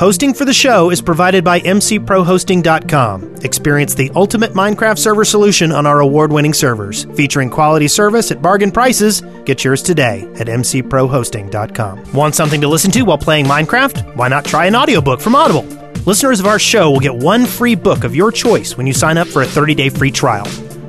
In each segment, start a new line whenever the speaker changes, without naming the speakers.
Hosting for the show is provided by mcprohosting.com. Experience the ultimate Minecraft server solution on our award-winning servers, featuring quality service at bargain prices. Get yours today at mcprohosting.com. Want something to listen to while playing Minecraft? Why not try an audiobook from Audible? Listeners of our show will get one free book of your choice when you sign up for a 30-day free trial.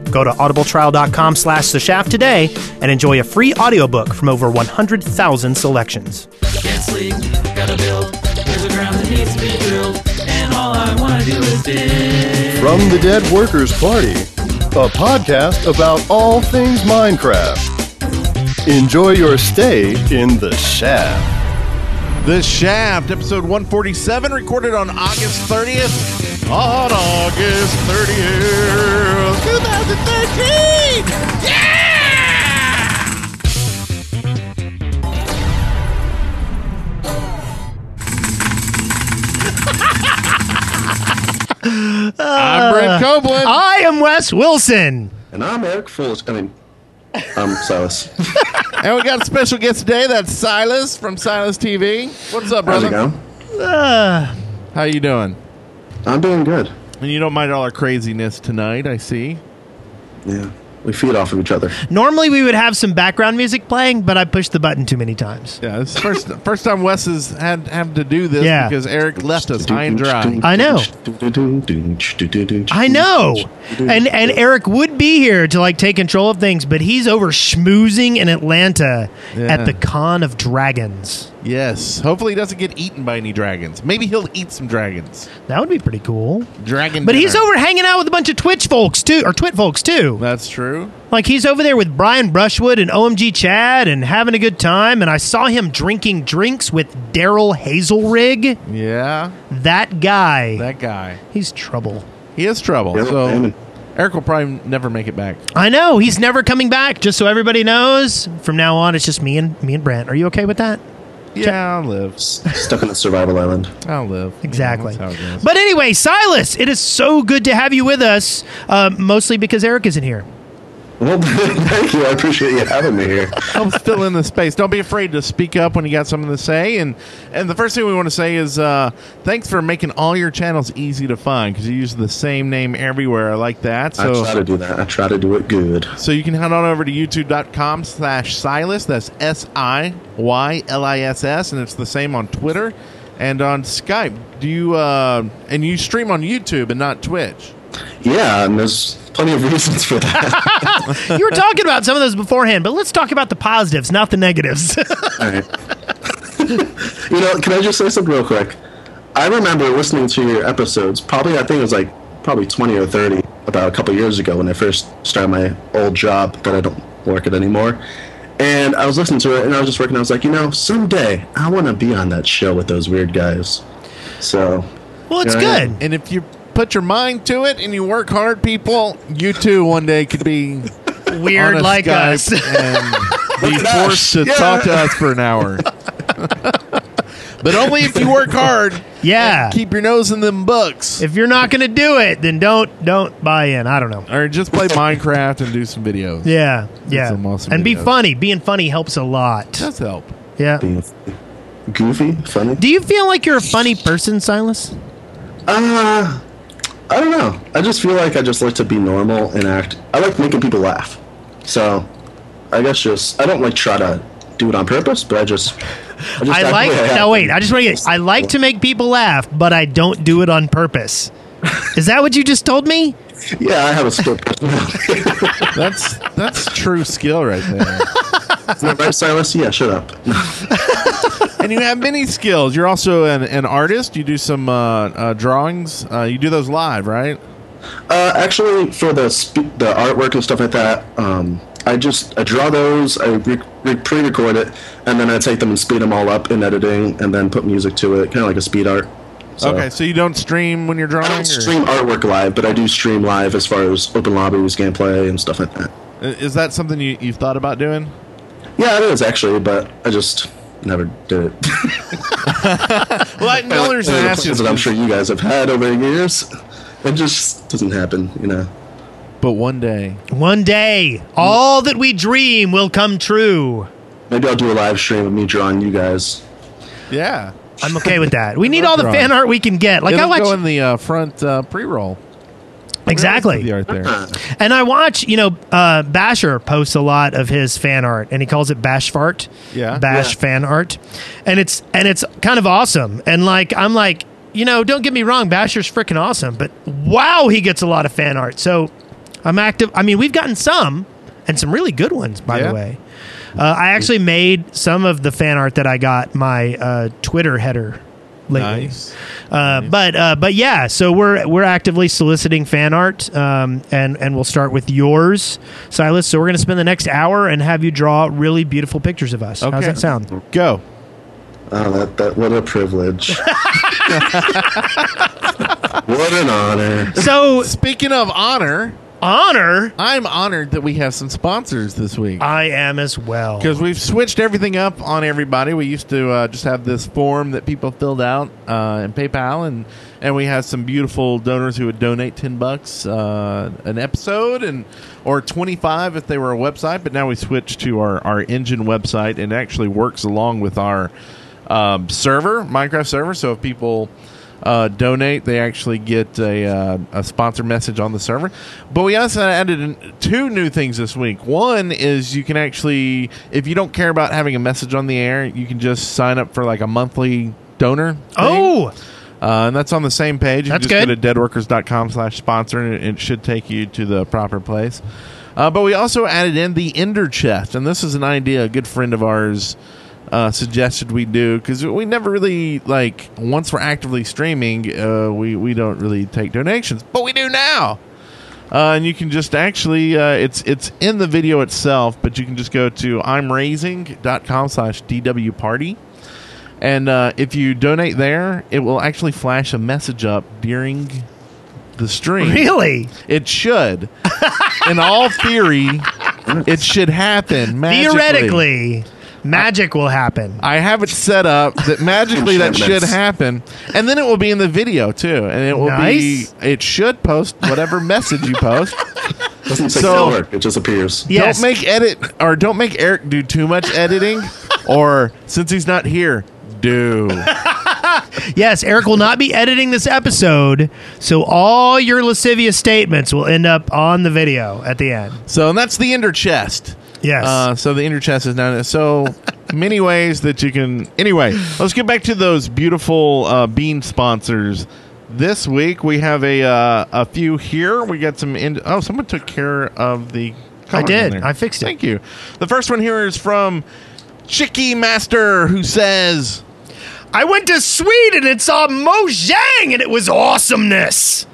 Go to audibletrial.com slash the shaft today and enjoy a free audiobook from over 100,000 selections.
Can't sleep, gotta build. There's a ground that needs to be drilled, and all I wanna do is dig.
From the Dead Workers Party, a podcast about all things Minecraft. Enjoy your stay in the shaft.
The Shaft, episode 147, recorded on August 30th. On August 30th, 2013! Yeah! I'm Brent Copeland.
I am Wes Wilson.
And I'm Eric Fools. I mean, I'm Silas.
and we got a special guest today. That's Silas from Silas TV. What's up,
How's
brother?
it going?
How you doing?
I'm doing good.
And you don't mind all our craziness tonight, I see.
Yeah. We feed off of each other.
Normally we would have some background music playing, but I pushed the button too many times.
Yeah, it's first first time Wes has had have to do this
Yeah.
because Eric left us high and dry.
I know. I
I
know. And and Eric would be here to like take control of things, but he's over schmoozing in Atlanta
Yeah.
at the Con of Dragons.
Yes, hopefully he doesn't get eaten by any dragons. Maybe he'll eat some dragons.
That would be pretty cool.
Dragon,
But he's
dinner.
over hanging out with a bunch of Twitch folks too, or Twit folks too.
That's true.
Like he's over there with Brian Brushwood and OMG Chad and having a good time. And I saw him drinking drinks with Daryl Hazelrig.
Yeah,
That guy,
that guy.
he's trouble.
He is trouble.
Yeah,
so
man.
Eric will probably never make it back.
I know he's never coming back. Just so everybody knows, from now on, it's just me and me and Brant. Are you okay with that?
Yeah, I'll live.
Stuck on a survival island.
I'll live.
Exactly.
Yeah, that's how it goes.
but anyway, Silas, it is so good to have you with us. Uh, mostly because Eric isn't here.
Well, thank you. I appreciate you having me here.
helps fill in the space. Don't be afraid to speak up when you got something to say. And and the first thing we want to say is uh, thanks for making all your channels easy to find because you use the same name everywhere. I like that.
I try to
So
do that. I try to do it good.
so you can head on over to youtube.com slash Silas. That's S I Y L I S S, and it's the same on Twitter and on Skype. Do you uh, and you stream on YouTube and not Twitch?
Yeah, and there's plenty of reasons for that.
You were talking about some of those beforehand, but let's talk about the positives, not the negatives.
All right. you know, can I just say something real quick? I remember listening to your episodes, probably, I think it was like probably 20 or 30, about a couple years ago when I first started my old job that I don't work at anymore. And I was listening to it and I was just working. I was like, you know, someday I want to be on that show with those weird guys. So,
well, it's
Yeah, yeah.
good.
And if you put your mind to it and you work hard, people, you too one day could be
Weird
on a
like
Skype
us.
and be forced to talk to us for an hour. but only if you work hard.
Yeah.
and keep your nose in them books.
if you're not going to do it, then don't don't buy in. I don't know.
or just play Minecraft and do some videos.
Yeah, yeah,
some awesome
and be
videos.
funny. Being funny helps a lot.
Does help.
Yeah.
being goofy, funny.
Do you feel like you're a funny person, Silas?
Uh, I don't know. I just feel like I just like to be normal and act. I like making people laugh. So, I guess just I don't like try to do it on purpose, but I just I, just
I
act
like.
the way
Now
act.
wait, I just want to get. I like to make people laugh, but I don't do it on purpose. Is that what you just told me?
yeah, I have a split personality.
That's that's true skill right there.
Isn't that right, Silas? Yeah, shut up. No,
and you have many skills. You're also an, an artist. You do some uh, uh, drawings. Uh, you do those live, right?
Uh, actually, for the sp- the artwork and stuff like that, um, I just I draw those, I re- re- pre-record it, and then I take them and speed them all up in editing, and then put music to it, kind of like a speed art. So-
Okay, so you don't stream when you're drawing.
I don't
or-
stream artwork live, but I do stream live as far as open lobbies, gameplay, and stuff like that.
Is that something you, you've thought about doing?
Yeah, it is actually, but I just never did it.
Well, I, the only reason I
One of the
ask you is
plans that I'm sure you guys have had over the years. It just doesn't happen, you know.
But one day,
One day, all that we dream will come true.
Maybe I'll do a live stream of me drawing you guys.
yeah,
I'm okay with that. We need all the
drawing.
fan art we can get. Like
It'll
I watch
go in the uh, front uh, pre-roll.
exactly.
the art there.
And I watch, you know, uh, Basher posts a lot of his fan art, and he calls it Bash Fart.
Yeah.
Bash fan art, and it's and it's kind of awesome. And like I'm like, you know, don't get me wrong, Basher's freaking awesome, but wow, he gets a lot of fan art. So I'm active. I mean, we've gotten some and some really good ones, by
Yeah.
the way. Uh, I actually made some of the fan art that I got my uh, Twitter header lately.
Nice.
Uh, but uh, but yeah, so we're we're actively soliciting fan art, um, and and we'll start with yours, Silas. So we're gonna spend the next hour and have you draw really beautiful pictures of us. How's
Okay.
that sound?
Go.
Oh, that, that what a privilege. what an honor.
So
Speaking of honor,
honor,
I'm honored that we have some sponsors this week.
I am as well.
because we've switched everything up on everybody. We used to uh, just have this form that people filled out uh, in PayPal, and and we had some beautiful donors who would donate ten bucks uh, an episode, and or twenty five if they were a website. But now we switched to our our engine website, and it actually works along with our um, server, Minecraft server. So if people uh, donate, they actually get a, uh, a sponsor message on the server. But we also added in two new things this week. One is you can actually, if you don't care about having a message on the air, you can just sign up for like a monthly donor. thing.
Oh,
Uh, and that's on the same page. You
That's
can
good.
just go to deadworkers.com slash sponsor and it- it should take you to the proper place. Uh, but we also added in the Ender Chest. And this is an idea a good friend of ours uh, suggested we do because we never really, like, once we're actively streaming, uh, we, we don't really take donations. But we do now. Uh, and you can just actually uh, it's it's in the video itself but you can just go to i'mraising.com slash dw party and uh, if you donate there, it will actually flash a message up during the stream.
really?
It should. In all theory, it should happen. Magically.
Theoretically, magic will happen.
I have it set up that magically that should happen, and then it will be in the video too, and it will
Nice.
be. It should post whatever message you post.
Doesn't take
So-
so, work. It just appears.
Yes.
Don't make edit or don't make Eric do too much editing, or since he's not here, do.
Yes, Eric will not be editing this episode, so all your lascivious statements will end up on the video at the end.
So and that's the Ender Chest.
Yes.
Uh, so the Ender Chest is now so many ways that you can. Anyway, let's get back to those beautiful uh, bean sponsors. This week we have a uh, a few here. We got some. In- oh, someone took care of the. colors in
did.
there.
I fixed it.
Thank you. The first one here is from Chicky Master, who says.
I went to Sweden and saw Mojang, and it was awesomeness.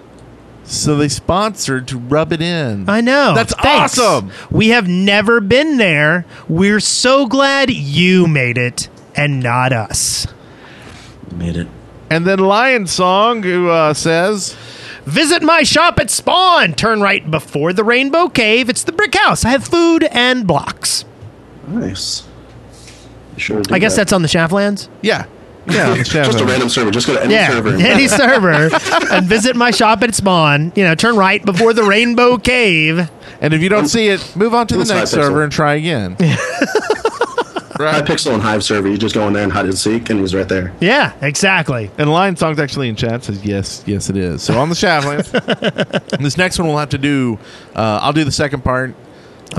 So they sponsored to rub it in.
I know.
That's
Thanks.
awesome.
We have never been there. We're so glad you made it and not us.
Made it.
And then Lion Song, who uh, says,
Visit my shop at Spawn. Turn right before the Rainbow Cave. It's the brick house. I have food and blocks.
Nice. You Sure do
I guess
that.
that's on the Shaftlands.
"Yeah, yeah,
just a random server. Just go to any
yeah,
server.
any server, and visit my shop at Spawn. You know, turn right before the Rainbow Cave.
And if you don't see it, move on to the
It's
next
high pixel.
server and try again. right.
Pixel and Hive server. You just go in there and hide and seek, and he's right there.
Yeah, exactly.
And Lion Song's actually in chat says yes, yes it is. So on the Shaftlands, this next one we'll have to do. Uh, I'll do the second part. Uh,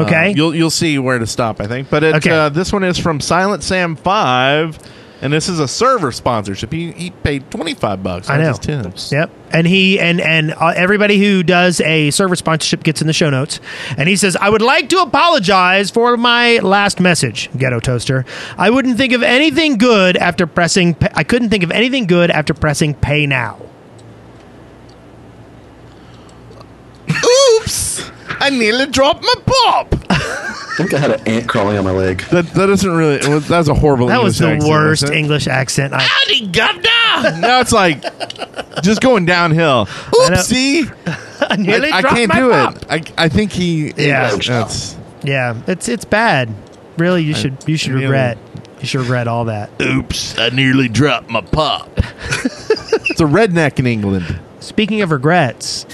Okay.
you'll you'll see where to stop, I think. But it,
Okay.
uh, this one is from Silent Sam Five, and this is a server sponsorship. He, he paid twenty five bucks.
I
not
know.
just ten.
Yep. And he and and uh, everybody who does a server sponsorship gets in the show notes. And he says, "I would like to apologize for my last message, Ghetto Toaster. I wouldn't think of anything good after pressing. pa- I couldn't think of anything good after pressing pay now.
Oops! I nearly dropped my pop.
I think I had an ant crawling on my leg.
That that isn't really. it was- That was a horrible.
That was
English
the
accent,
worst
wasn't it?
English accent. I,
Howdy, governor. now it's like just going downhill. Oopsie.
I
I,
nearly
I
dropped
can't
my
do
pop.
it. I, I think he.
Yeah.
that's-
Yeah, it's it's bad. Really, you should you should
really-
regret You sure read all that.
Oops, I nearly dropped my pop. it's a redneck in England.
Speaking of regrets,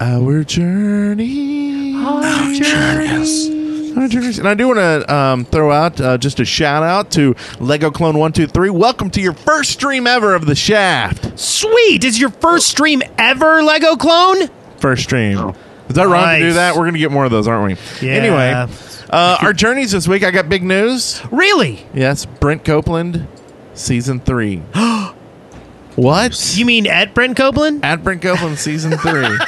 Our journey. Our journeys. Our journeys. And I do want to um, throw out uh, just a shout out to Lego Clone One Two Three. Welcome to your first stream ever of the Shaft.
sweet, it's your first stream ever, Lego clone.
First stream. Is that wrong to do
Nice.
that? We're going to get more of those, aren't we?
Yeah.
Anyway, uh, our journeys this week. I got big news.
Really?
Yes, Brent Copeland, season three. what?
You mean at Brent Copeland?
At Brent Copeland, season three.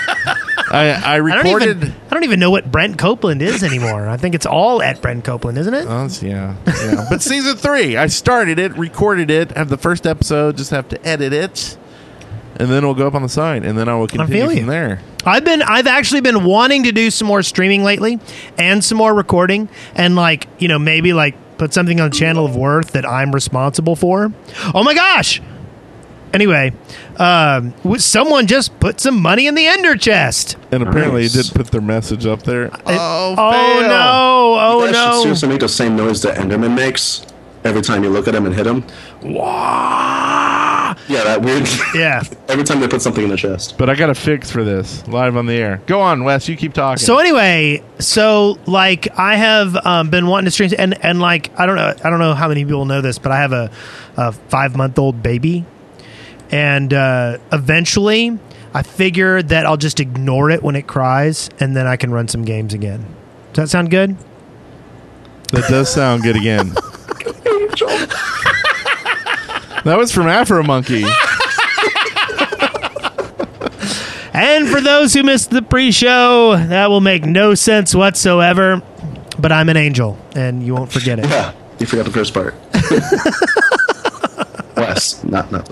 I, I
I don't
recorded.
even. I don't even know what Brent Copeland is anymore. I think it's all at Brent Copeland, isn't it?
Oh, it's- yeah, yeah. but season three, I started it, recorded it, have the first episode, just have to edit it, and then it'll go up on the site, and then I will continue
feel
from
you.
there.
I've been I've actually been wanting to do some more streaming lately and some more recording and like, you know, maybe like put something on Channel of Worth that I'm responsible for. Oh my gosh. Anyway, um, w- someone just put some money in the ender chest.
And apparently,
Nice.
it did put their message up there. oh,
Oh
fail.
no. Oh
That should
no.
seriously make the same noise that Enderman makes every time you look at him and hit him. Wah! Yeah, that weird.
Ah! Yeah.
every time they put something in the chest.
But I got a fix for this live on the air. Go on, Wes. You keep talking.
So anyway, so like I have um, been wanting to stream and and like I don't know I don't know how many people know this, but I have a, a five month old baby, and uh, eventually I figure that I'll just ignore it when it cries, and then I can run some games again. Does that sound good?
that does sound good again. that was from Afro Monkey.
And for those who missed the pre-show, that will make no sense whatsoever. But I'm an angel, and you won't forget it.
Yeah, you forgot the first part. Wes, not not.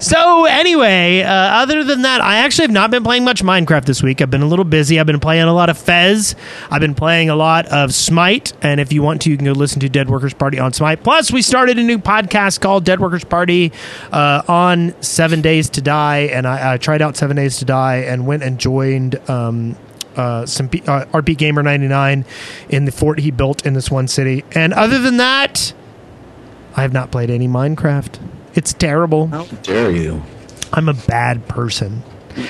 So anyway, uh, other than that, I actually have not been playing much Minecraft this week. I've been a little busy. I've been playing a lot of Fez. I've been playing a lot of Smite. And if you want to, you can go listen to Dead Workers Party on Smite. Plus, we started a new podcast called Dead Workers Party uh, on Seven Days to Die. And I, I tried out Seven Days to Die and went and joined. Um, uh, some P- uh, RP Gamer 99 in the fort he built in this one city. And other than that, I have not played any Minecraft. It's terrible.
How dare you?
I'm a bad person.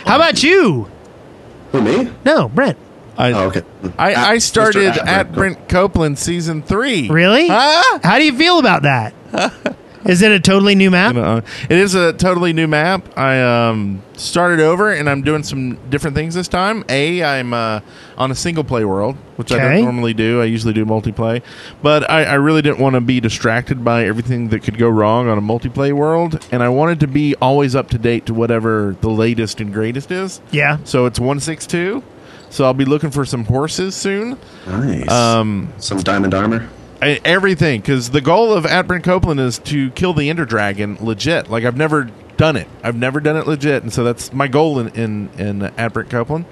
How about you?
Who me?
No, Brent.
I,
Oh, okay.
I, I
Mr.
started
Atwood.
at Brent Copeland season three.
Really?
Huh?
How do you feel about that? Is it a totally new map?
Uh, it is a totally new map. I um, started over and I'm doing some different things this time. A, I'm uh, on a single play world, which I
Okay.
don't normally do. I usually do multiplay, but I, I really didn't want to be distracted by everything that could go wrong on a multiplay world, and I wanted to be always up to date to whatever the latest and greatest is.
Yeah.
So it's one six two. So I'll be looking for some horses soon.
Nice. Um, some diamond armor.
I, everything because the goal of Adbrent Copeland is to kill the Ender Dragon legit. Like I've never done it. I've never done it legit, and so that's my goal in in, in Adbrent Copeland.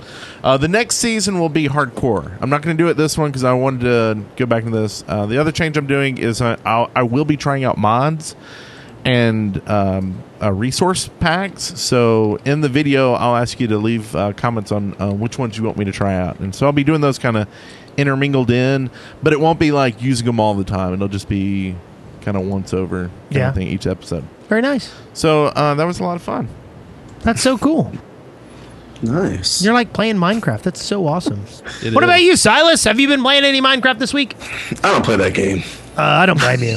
Uh, the next season will be hardcore. I'm not going to do it this one because I wanted to go back to this. Uh, the other change I'm doing is I, I'll, I will be trying out mods and um, uh, resource packs. So in the video, I'll ask you to leave uh, comments on uh, which ones you want me to try out, and so I'll be doing those kind of intermingled in, but it won't be like using them all the time. It'll just be kind of once over kind
Yeah.
of thing each episode.
Very nice.
So uh, that was a lot of fun.
That's so cool.
Nice.
You're like playing Minecraft. That's so awesome.
It
what
is.
about you, Silas? Have you been playing any Minecraft this week?
I don't play that game.
Uh, I don't blame you.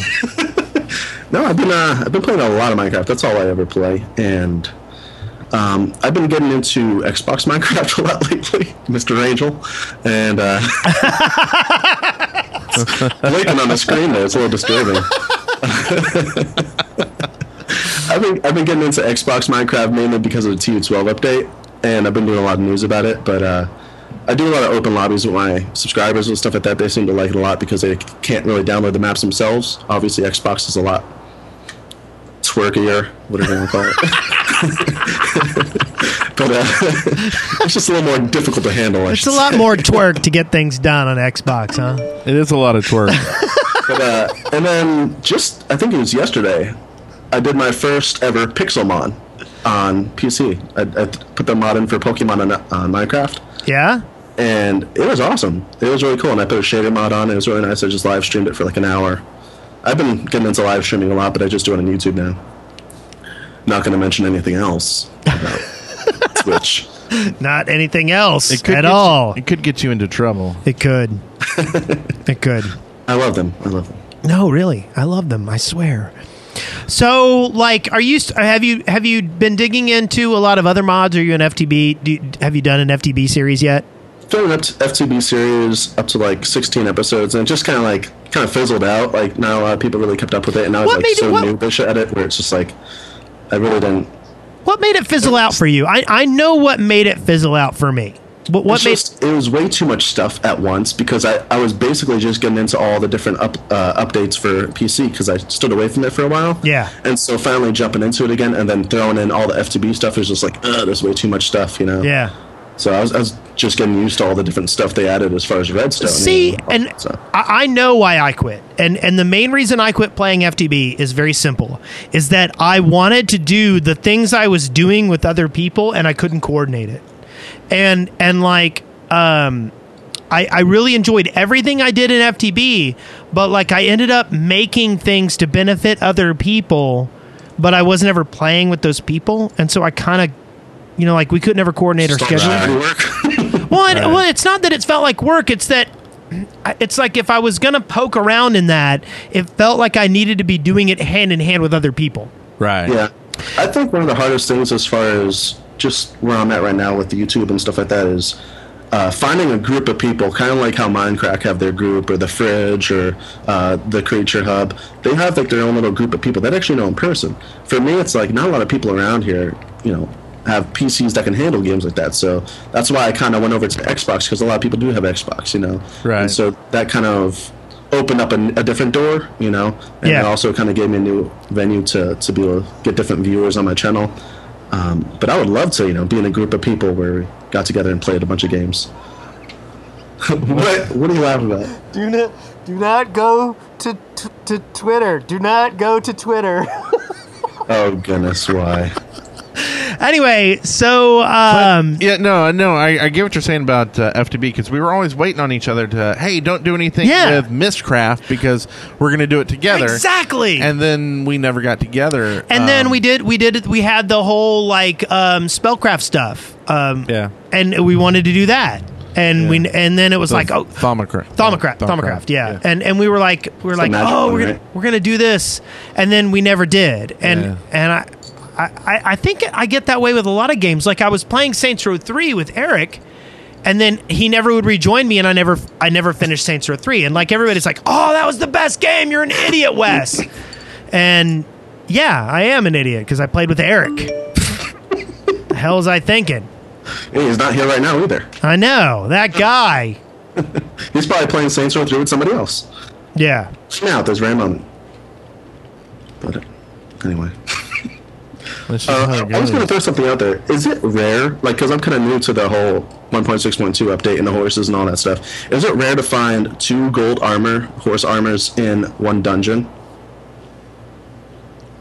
No, I've been uh, I've been playing a lot of Minecraft. That's all I ever play, and um, I've been getting into Xbox Minecraft a lot lately, Mr. Angel, and uh, blinking on the screen there. It's a little disturbing. I've been I've been getting into Xbox Minecraft mainly because of the TU12 update, and I've been doing a lot of news about it. But uh, I do a lot of open lobbies with my subscribers and stuff like that. They seem to like it a lot because they c- can't really download the maps themselves. Obviously, Xbox is a lot twerkier, whatever you want to call it. but uh, it's just a little more difficult to handle. I
It's a
should
lot more twerk to get things done on Xbox, huh?
It is a lot of twerk.
But, uh, and then just I think it was yesterday, I did my first ever Pixelmon, on PC. I, I put the mod in for Pokemon on, on Minecraft,
Yeah?
and it was awesome. It was really cool, and I put a shader mod on. It was really nice. I just live streamed it for like an hour. I've been getting into live streaming a lot, but I just do it on YouTube now. Not going to mention anything else about Twitch.
Not anything else
It could
at
get you-
all.
it could get you into trouble.
It could. it could.
I love them. I love them.
No, really. I love them. I swear. So, like, are you st- have you have you been digging into a lot of other mods? Are you an FTB? Do you, have you done an FTB series yet?
started up to FTB series up to like 16 episodes and it just kind of like kind of fizzled out. Like not a lot of people really kept up with it, and I was
What
like
made it-
so
what-
noobish at it where it's just like I really didn't.
What made it fizzle out for you? I I know what made it fizzle out for me. What what
it's
made
just it was way too much stuff at once because I, I was basically just getting into all the different up uh, updates for PC because I stood away from it for a while.
Yeah.
and so finally jumping into it again and then throwing in all the FTB stuff is just like Ugh, there's way too much stuff, you know.
yeah.
So I was, I was just getting used to all the different stuff they added as far as Redstone.
See, and
so.
I, I know why I quit, and and the main reason I quit playing FTB is very simple: is that I wanted to do the things I was doing with other people, and I couldn't coordinate it, and and like um, I I really enjoyed everything I did in FTB, but like I ended up making things to benefit other people, but I wasn't ever playing with those people, and so I kind of. You know, like we could never coordinate our
Started
schedule.
to work.
Well, it, well, it's not that it felt like work. It's that it's like if I was gonna poke around in that, it felt like I needed to be doing it hand in hand with other people.
Right.
Yeah, I think one of the hardest things, as far as just where I'm at right now with the YouTube and stuff like that, is uh, finding a group of people. Kind of like how Minecraft have their group, or the fridge, or uh, the Creature Hub. They have like their own little group of people that actually know in person. For me, it's like not a lot of people around here. You know. Have PCs that can handle games like that, so that's why I kind of went over to Xbox because a lot of people do have Xbox, you know.
Right.
And so that kind of opened up a, a different door, you know. And
Yeah.
it also kind of gave me a new venue to, to be able to get different viewers on my channel. Um, but I would love to, you know, be in a group of people where we got together and played a bunch of games. what, what are you laughing about?
Do not, do not go to, to, to Twitter. Do not go to Twitter.
Oh, goodness, why?
Anyway, so um,
Yeah, no, no, I, I get what you're saying about uh, FTB because we were always waiting on each other to, hey, don't do anything
Yeah.
with Mistcraft because we're going to do it together.
exactly. And-
And then we never got together.
then
Um,
we did, we did, we had the whole like um, spellcraft stuff, um,
Yeah.
and we wanted to do that, and we, and then it was
The
like, oh,
Thaumaturgy.
Thaumaturgy, Thaumaturgy, yeah. And and we were like, we were like,
magic
oh,
one,
we're gonna
right?
we're gonna do this, and then we never did. And
Yeah.
and I, I I- I think I get that way with a lot of games. Like I was playing Saints Row three with Eric. And then he never would rejoin me, and I never, I never finished Saints Row three. And like everybody's like, "Oh, that was the best game! You're an idiot, Wes." and yeah, I am an idiot because I played with Eric. the hell was I thinking?
Hey, he's not here right now either.
I know that guy.
He's probably playing Saints Row 3 with somebody else.
Yeah,
Now, at this very moment. But uh, anyway.
Let's just
Uh, I was going to throw something out there. Is it rare, like, because I'm kind of new to the whole 1.6.2 update and the horses and all that stuff. Is it rare to find two gold armor, horse armors in one dungeon?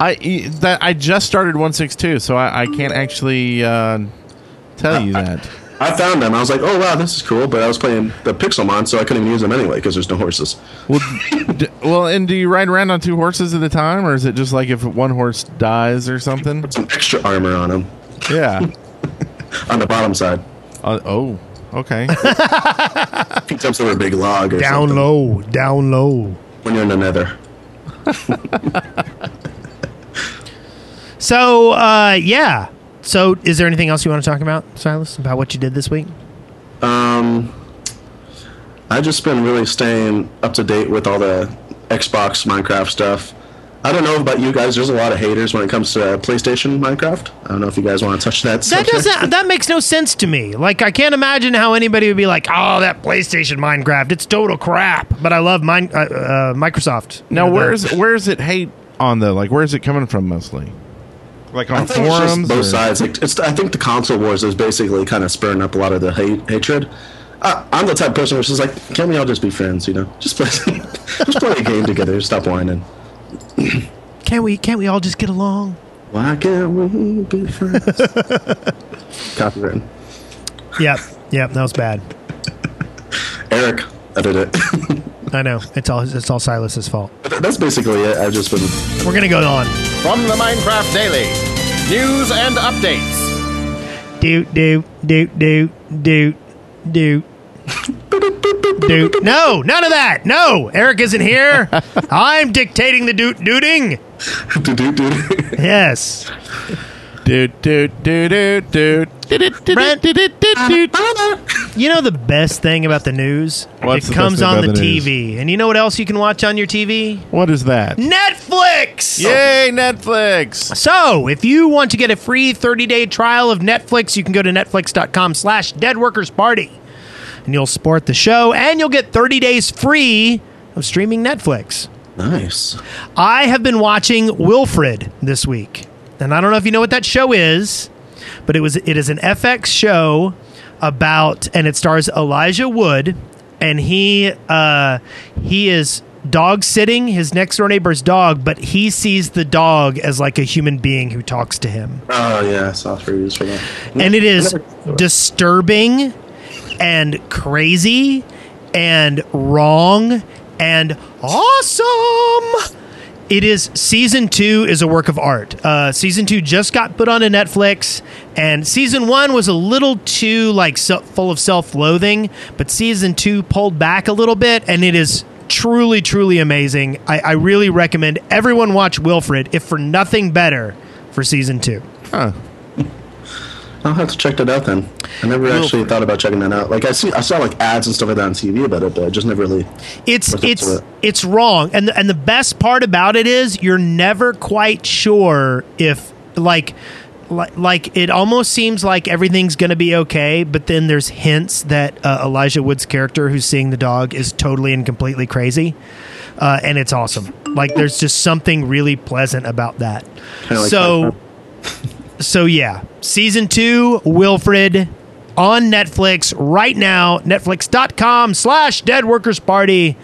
I e- that I just started 162, so I, I can't actually uh, tell you that.
I found them. I was like, oh wow, this is cool. But I was playing the Pixelmon, so I couldn't even use them anyway because there's no horses.
Well, d- well, and do you ride around on two horses at a time, or is it just like if one horse dies or something?
Some extra armor on them
Yeah.
on the bottom side.
Uh, oh, okay.
Picks up some big log or
down
something
low, down low.
when you're in the Nether.
So uh, yeah. So is there anything else you want to talk about, Silas, about what you did this week?
I've just been really staying up to date with all the Xbox Minecraft stuff. I don't know about you guys. There's a lot of haters when it comes to PlayStation Minecraft. I don't know if you guys want to touch that.
That
subject.
doesn't. That makes no sense to me. Like I can't imagine how anybody would be like, "Oh, that PlayStation Minecraft, it's total crap." But I love mine, uh, uh, Microsoft. You
Now,
know,
where's
the-
where's it hate on though? Like, where's it coming from mostly? Like
I
on
think it's just
forums?
both
or-
sides. Like, it's, I think the console wars is basically kind of spurring up a lot of the hate, hatred. I, I'm the type of person which is like, can we all just be friends? You know, just play, just play a game together. Stop whining.
Can't we? Can't we all just get along?
Why can't we be friends? Copyright.
Yep. Yep. That was bad.
Eric, edit it.
I know. It's all it's all Silas's fault.
But That's basically it. I've just been.
We're gonna go on.
From the Minecraft Daily, news and updates.
Doot doot doot doot doot doot. Doot. No, none of that. No, Eric isn't here. I'm dictating the doot dooting.
Dude, dude, dude.
Yes.
Doot, doot, doot, doot, doot.
Brent,
Doot.
you know the best thing about the news?
What's the
it
best
comes
thing
on
about
the,
the news?
TV. And you know what else you can watch on your TV?
What is that?
Netflix.
Yay, Netflix!
So, if you want to get a free 30-day trial of Netflix, you can go to netflix.com slash deadworkersparty. And you'll support the show, and you'll get 30 days free of streaming Netflix.
Nice.
I have been watching Wilfred this week. And I don't know if you know what that show is, but it was it is an FX show about and it stars Elijah Wood and he uh he is dog sitting his next door neighbor's dog, but he sees the dog as like a human being who talks to him
Oh yeah, I saw reviews for that.
and it is disturbing and crazy and wrong and awesome. It is season two is a work of art. Uh, season two just got put onto Netflix, and season one was a little too like se- full of self-loathing, but season two pulled back a little bit, and it is truly, truly amazing. I, I really recommend everyone watch Wilfred, if for nothing better, for season two.
Huh.
I'll have to check that out then. I never actually thought about checking that out. Like I see, I saw like ads and stuff like that on TV about it, but I just never really.
it's
Or is it
it's
to it?
it's wrong and the, and the best part about it is you're never quite sure if like like, like it almost seems like everything's going to be okay but then there's hints that uh, Elijah Wood's character who's seeing the dog is totally and completely crazy uh, and it's awesome like there's just something really pleasant about that
Kinda like
so
that,
so yeah season 2 Wilfred on Netflix right now netflix.com slash dead workers party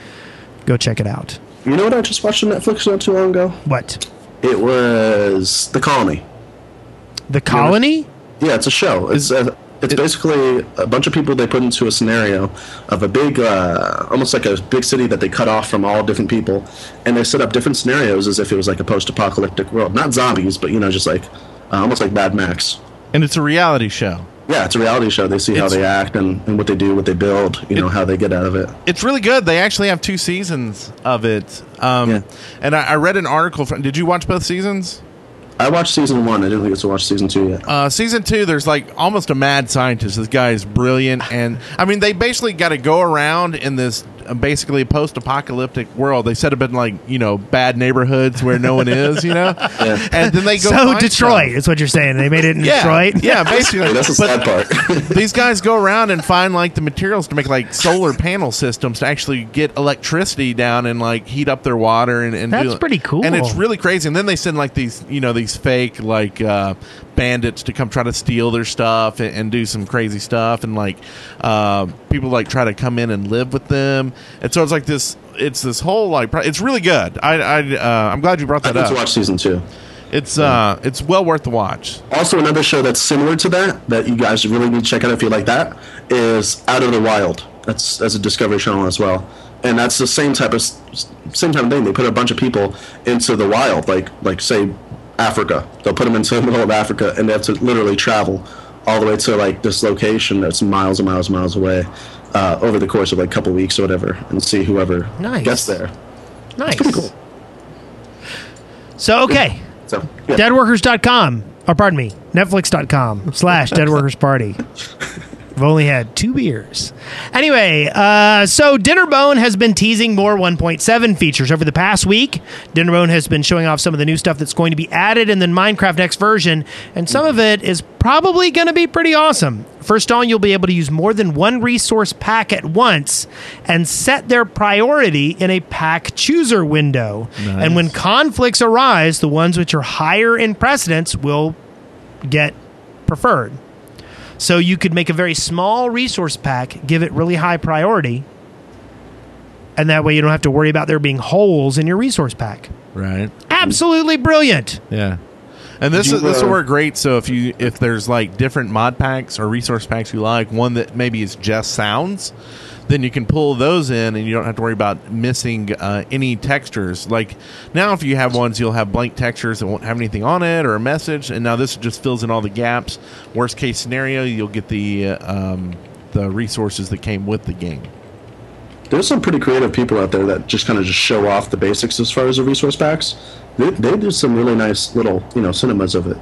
go check it out.
You know what I just watched on Netflix not too long ago?
What?
It was The Colony.
The colony?
Yeah, it's a show. It's a, it's basically a bunch of people they put into a scenario of a big, uh, almost like a big city that they cut off from all different people, and they set up different scenarios as if it was like a post-apocalyptic world. Not zombies, but you know, just like uh, almost like Mad Max.
And it's a reality show.
Yeah, it's a reality show. They see how
It's-
they act and, and what they do, what they build, you know, how they get out of it.
It's really good. They actually have two seasons of it. Um,
Yeah.
And I, I read an article from. Did you watch both seasons?
I watched season one. I didn't think it's to watch season two yet.
Uh, season two, there's like almost a mad scientist. This guy is brilliant, and I mean, they basically got to go around in this uh, basically post-apocalyptic world. They said up in like you know bad neighborhoods where no one is, you know, and then they
So
go find
Detroit
stuff.
is what you're saying. They made it in
yeah,
Detroit.
yeah,
Hey,
basically.
that's the
But-
sad part.
these guys go around and find like the materials to make like solar panel systems to actually get electricity down and like heat up their water and, and do
That's
it.
pretty cool.
and it's really crazy and then they send like these you know these fake like uh, bandits to come try to steal their stuff and, and do some crazy stuff and like uh, people like try to come in and live with them and so it's like this it's this whole like pro- it's really good I, I uh, I'm glad you brought
I
that
need to
up
watch season two.
it's uh it's well worth the watch
Also, another show that's similar to that that you guys really need to check out if you like that is Out of the Wild. That's that's a Discovery Channel as well, and that's the same type of s- same type of thing. They put a bunch of people into the wild, like like say Africa. They'll put them into the middle of Africa, and they have to literally travel all the way to like this location that's miles and miles and miles away uh, over the course of like a couple weeks or whatever, and see whoever
Nice.
gets there.
nice.
Pretty cool.
So okay,
So yeah.
deadworkers.com or pardon me, netflix.com slash deadworkers party. I've only had two beers. Anyway, uh, so Dinnerbone has been teasing more 1.7 features over the past week. Dinnerbone has been showing off some of the new stuff that's going to be added in the Minecraft next version, and some of it is probably going to be pretty awesome. First on, you'll be able to use more than one resource pack at once and set their priority in a pack chooser window. And when conflicts arise, the ones which are higher in precedence will get preferred. So you could make a very small resource pack, give it really high priority, and that way you don't have to worry about there being holes in your resource pack.
right
Absolutely brilliant.
Yeah. And this
Do
is
you,
this
uh,
will work great. So if you if there's like different mod packs or resource packs you like, one that maybe is just sounds, then you can pull those in, and you don't have to worry about missing uh, any textures. Like now, if you have ones, you'll have blank textures that won't have anything on it or a message. And now this just fills in all the gaps. Worst case scenario, you'll get the uh, um, the resources that came with the game.
There's some pretty creative people out there that just kind of just show off the basics as far as the resource packs. They, they do some really nice little, you know, cinemas of it.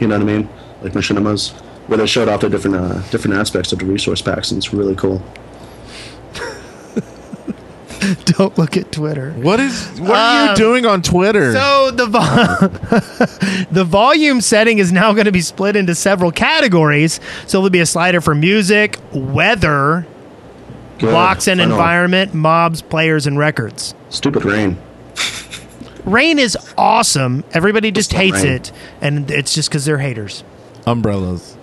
You know what I mean? Like machinimas, where they showed off the different uh, different aspects of the resource packs, and it's really cool.
Don't look at Twitter.
What is what are
Um,
you doing on Twitter?
So the vo- the volume setting is now going to be split into several categories. So there'll be a slider for music, weather,
Good.
blocks and
I know.
environment, mobs, players, and records.
Stupid rain.
Rain is awesome. Everybody just
It's not
hates
rain.
it, and it's just because they're haters.
Umbrellas.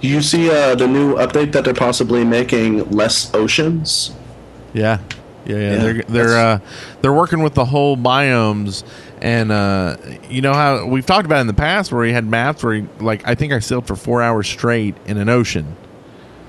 You see uh, the new update that they're possibly making less oceans.
Yeah. Yeah, yeah,
Yeah,
they're they're uh,
that's-
they're working with the whole biomes, and uh, you know how we've talked about it in the past where he had maps where he, like I think I sailed for four hours straight in an ocean,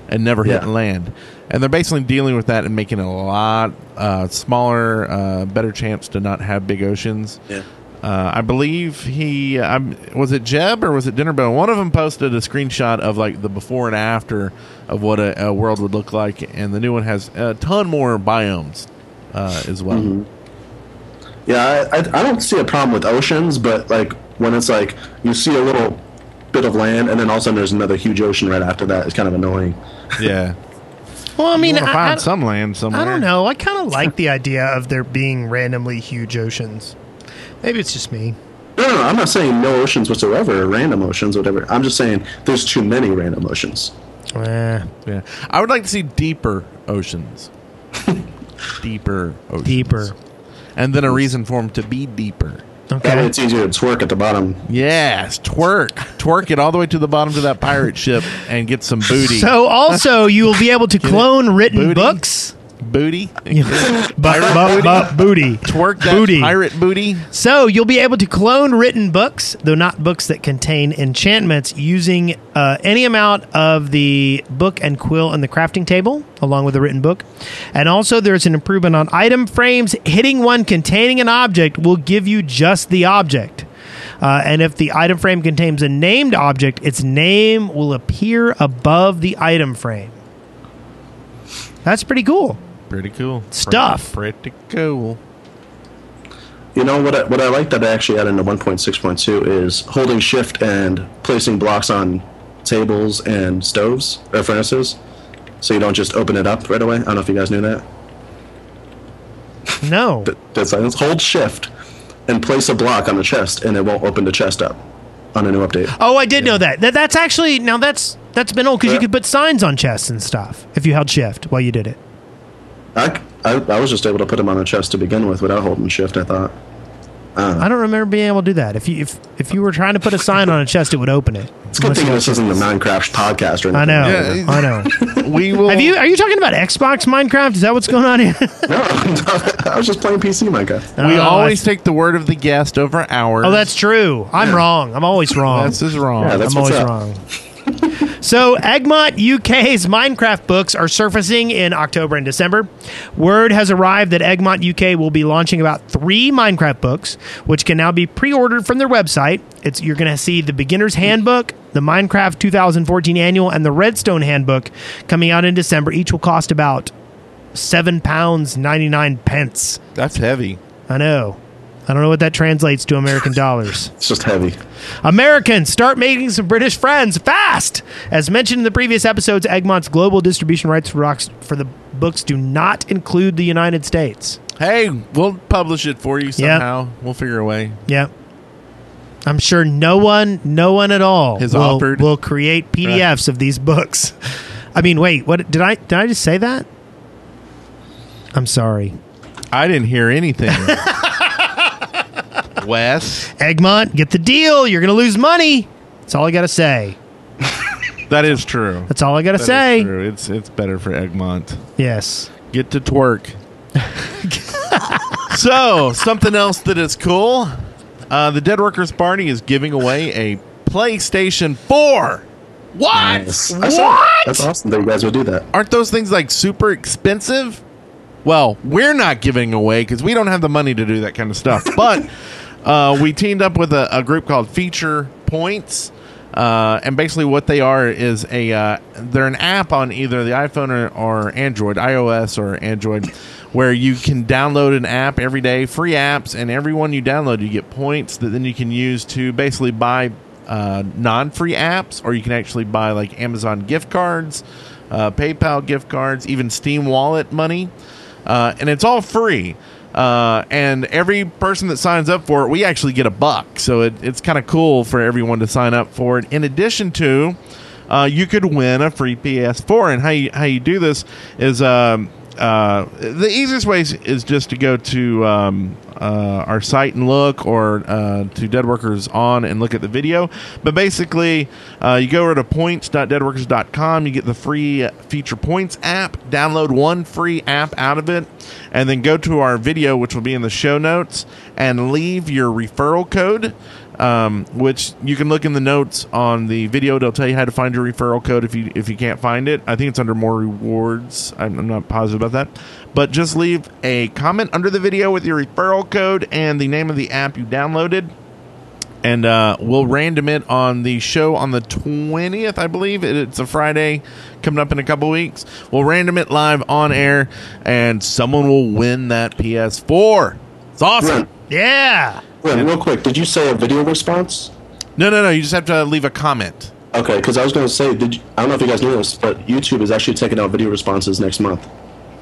and never hit
Yeah.
land, and they're basically dealing with that and making it a lot uh, smaller, uh, better chance to not have big oceans.
Yeah.
Uh, I believe he um, was it Jeb or was it Dinnerbone? One of them posted a screenshot of like the before and after of what a, a world would look like, and the new one has a ton more biomes uh, as well.
Yeah, I, I, I don't see a problem with oceans, but like when it's like you see a little bit of land and then all of a sudden there's another huge ocean right after that. It's kind of annoying.
Yeah,
Well, I
I
mean,
mean, you wanna
I,
find
I,
some land somewhere.
I don't know. I kind of like the idea of there being randomly huge oceans. Maybe it's just me.
No, no, no, I'm not saying no oceans whatsoever, or random oceans, whatever. I'm just saying there's too many random oceans.
Eh,
Yeah, I would like to see deeper oceans, deeper oceans,
deeper.
and then a reason for them to be deeper.
That way
Okay.
it's easier to twerk at the bottom.
Yes, twerk, twerk it all the way to the bottom to that pirate ship and get some booty.
So also, you will be able to clone written
Booty?
books.
booty,
But, but, but booty.
twerk that
Booty.
pirate booty.
So you'll be able to clone written books, though not books that contain enchantments, using uh, any amount of the book and quill and the crafting table, along with the written book. And also, there's an improvement on item frames. Hitting one containing an object will give you just the object. Uh, and if the item frame contains a named object, its name will appear above the item frame. That's pretty cool.
Pretty cool Pretty-
Stuff.
Pretty, cool.
You know what? I, what I like that I actually added into 1.6.2 is holding shift and placing blocks on tables and stoves or furnaces, so you don't just open it up right away. I don't know if you guys knew that.
No.
Dead silence. Hold shift and place a block on the chest, and it won't open the chest up on a new update.
Oh, I did know that. that. That's actually now that's that's been old because you
Yeah.
could put signs on chests and stuff if you held shift while you did it.
I, I, I was just able to put him on the chest to begin with without holding shift. I thought. Uh-huh.
I don't remember being able to do that. If you if if you were trying to put a sign on a chest, it would open it.
It's good thing this isn't the Minecraft podcast or anything.
I know.
Yeah.
I know.
We will.
Have you are you talking about Xbox Minecraft? Is that what's going on here?
No, I was just playing PC Minecraft.
We
Oh,
always
I-
take the word of the guest over ours.
Oh, that's true. I'm wrong. I'm always wrong.
This is wrong.
Yeah, that's
I'm
what's
always
up.
wrong. so, Egmont UK's Minecraft books are surfacing in October and December. Word has arrived that Egmont UK will be launching about three Minecraft books, which can now be pre-ordered from their website. It's you're going to see the Beginner's Handbook, the Minecraft 2014 Annual, and the Redstone Handbook coming out in December. Each will cost about seven pounds ninety nine pence.
That's heavy.
I know. I don't know what that translates to American dollars.
It's just heavy.
Americans, start making some British friends fast. As mentioned in the previous episodes, Egmont's global distribution rights for, rocks, for the books do not include the United States.
Hey, we'll publish it for you somehow. We'll figure a way.
Yeah. I'm sure no one, no one at all
Has
will,
offered.
will create PDFs of these books. I mean, wait, what did I did I just say that? I'm sorry.
I didn't hear anything. Wes,
Egmont, get the deal. You're going to lose money. That's all I got to say.
that is true.
That's all I got to
That is
say.
true. It's it's better for Egmont.
Yes.
Get to twerk. so something else that is cool. Uh, the Dead Workers Party is giving away a PlayStation 4. What?
Nice. I saw it.
What?
That's awesome that you guys would do that.
Aren't those things like super expensive? Well, we're not giving away because we don't have the money to do that kind of stuff. But uh, we teamed up with a, a group called Feature Points, uh, and basically what they are is a uh, they're an app on either the iPhone or, or Android, iOS or Android, where you can download an app every day, free apps, and every one you download, you get points that then you can use to basically buy uh, non-free apps, or you can actually buy like Amazon gift cards, uh, PayPal gift cards, even Steam Wallet money, uh, and it's all free. Uh, and every person that signs up for it, we actually get a buck. So it, it's kind of cool for everyone to sign up for it. In addition to, uh, you could win a free PS4. And how you how you do this is um, uh, the easiest way is, is just to go to um, uh, our site and look, or uh, to Dead Workers on and look at the video. But basically, uh, you go over to points.deadworkers.com, you get the free feature points app, download one free app out of it, and then go to our video, which will be in the show notes, and leave your referral code um, which you can look in the notes on the video. They'll tell you how to find your referral code if you if you can't find it. I think it's under more rewards. I'm, I'm not positive about that, but just leave a comment under the video with your referral code and the name of the app you downloaded, and uh, we'll random it on the show on the 20th, I believe. It- It's a Friday coming up in a couple weeks. We'll random it live on air, and someone will win that PS4. It's awesome.
Right.
Yeah.
Wait, real quick, did you say a video response?
No, no, no. You just have to leave a comment.
Okay, because I was going to say, did you, I don't know if you guys knew this, but YouTube is actually taking out video responses next month.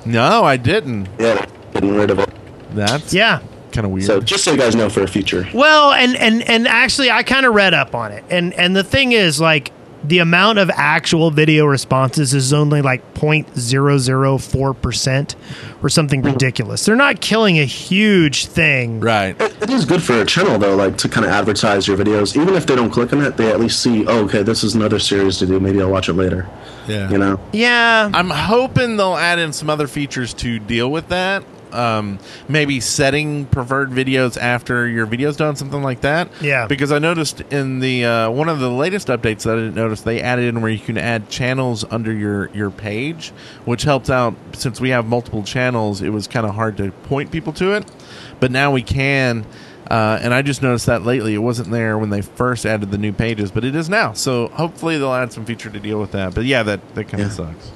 No, I didn't.
Yeah, getting rid of it.
That's
Yeah.
kind of weird.
So just so you guys know for a future.
Well, and and and actually, I kind of read up on it, and and the thing is, like, the amount of actual video responses is only like 0.004 percent, or something ridiculous. They're not killing a huge thing.
right.
It is good for a channel though, like to kind of advertise your videos. Even if they don't click on it, they at least see, oh, okay, this is another series to do. Maybe I'll watch it later.
Yeah.
You know,
Yeah.
I'm hoping they'll add in some other features to deal with that. Um, maybe setting preferred videos after your video's done, something like that.
Yeah.
Because I noticed in the uh, one of the latest updates that I didn't notice, they added in where you can add channels under your your page, which helps out since we have multiple channels. It was kind of hard to point people to it, but now we can. Uh, and I just noticed that lately. It wasn't there when they first added the new pages, but it is now. So hopefully they'll add some feature to deal with that. But yeah, that, that kind of sucks.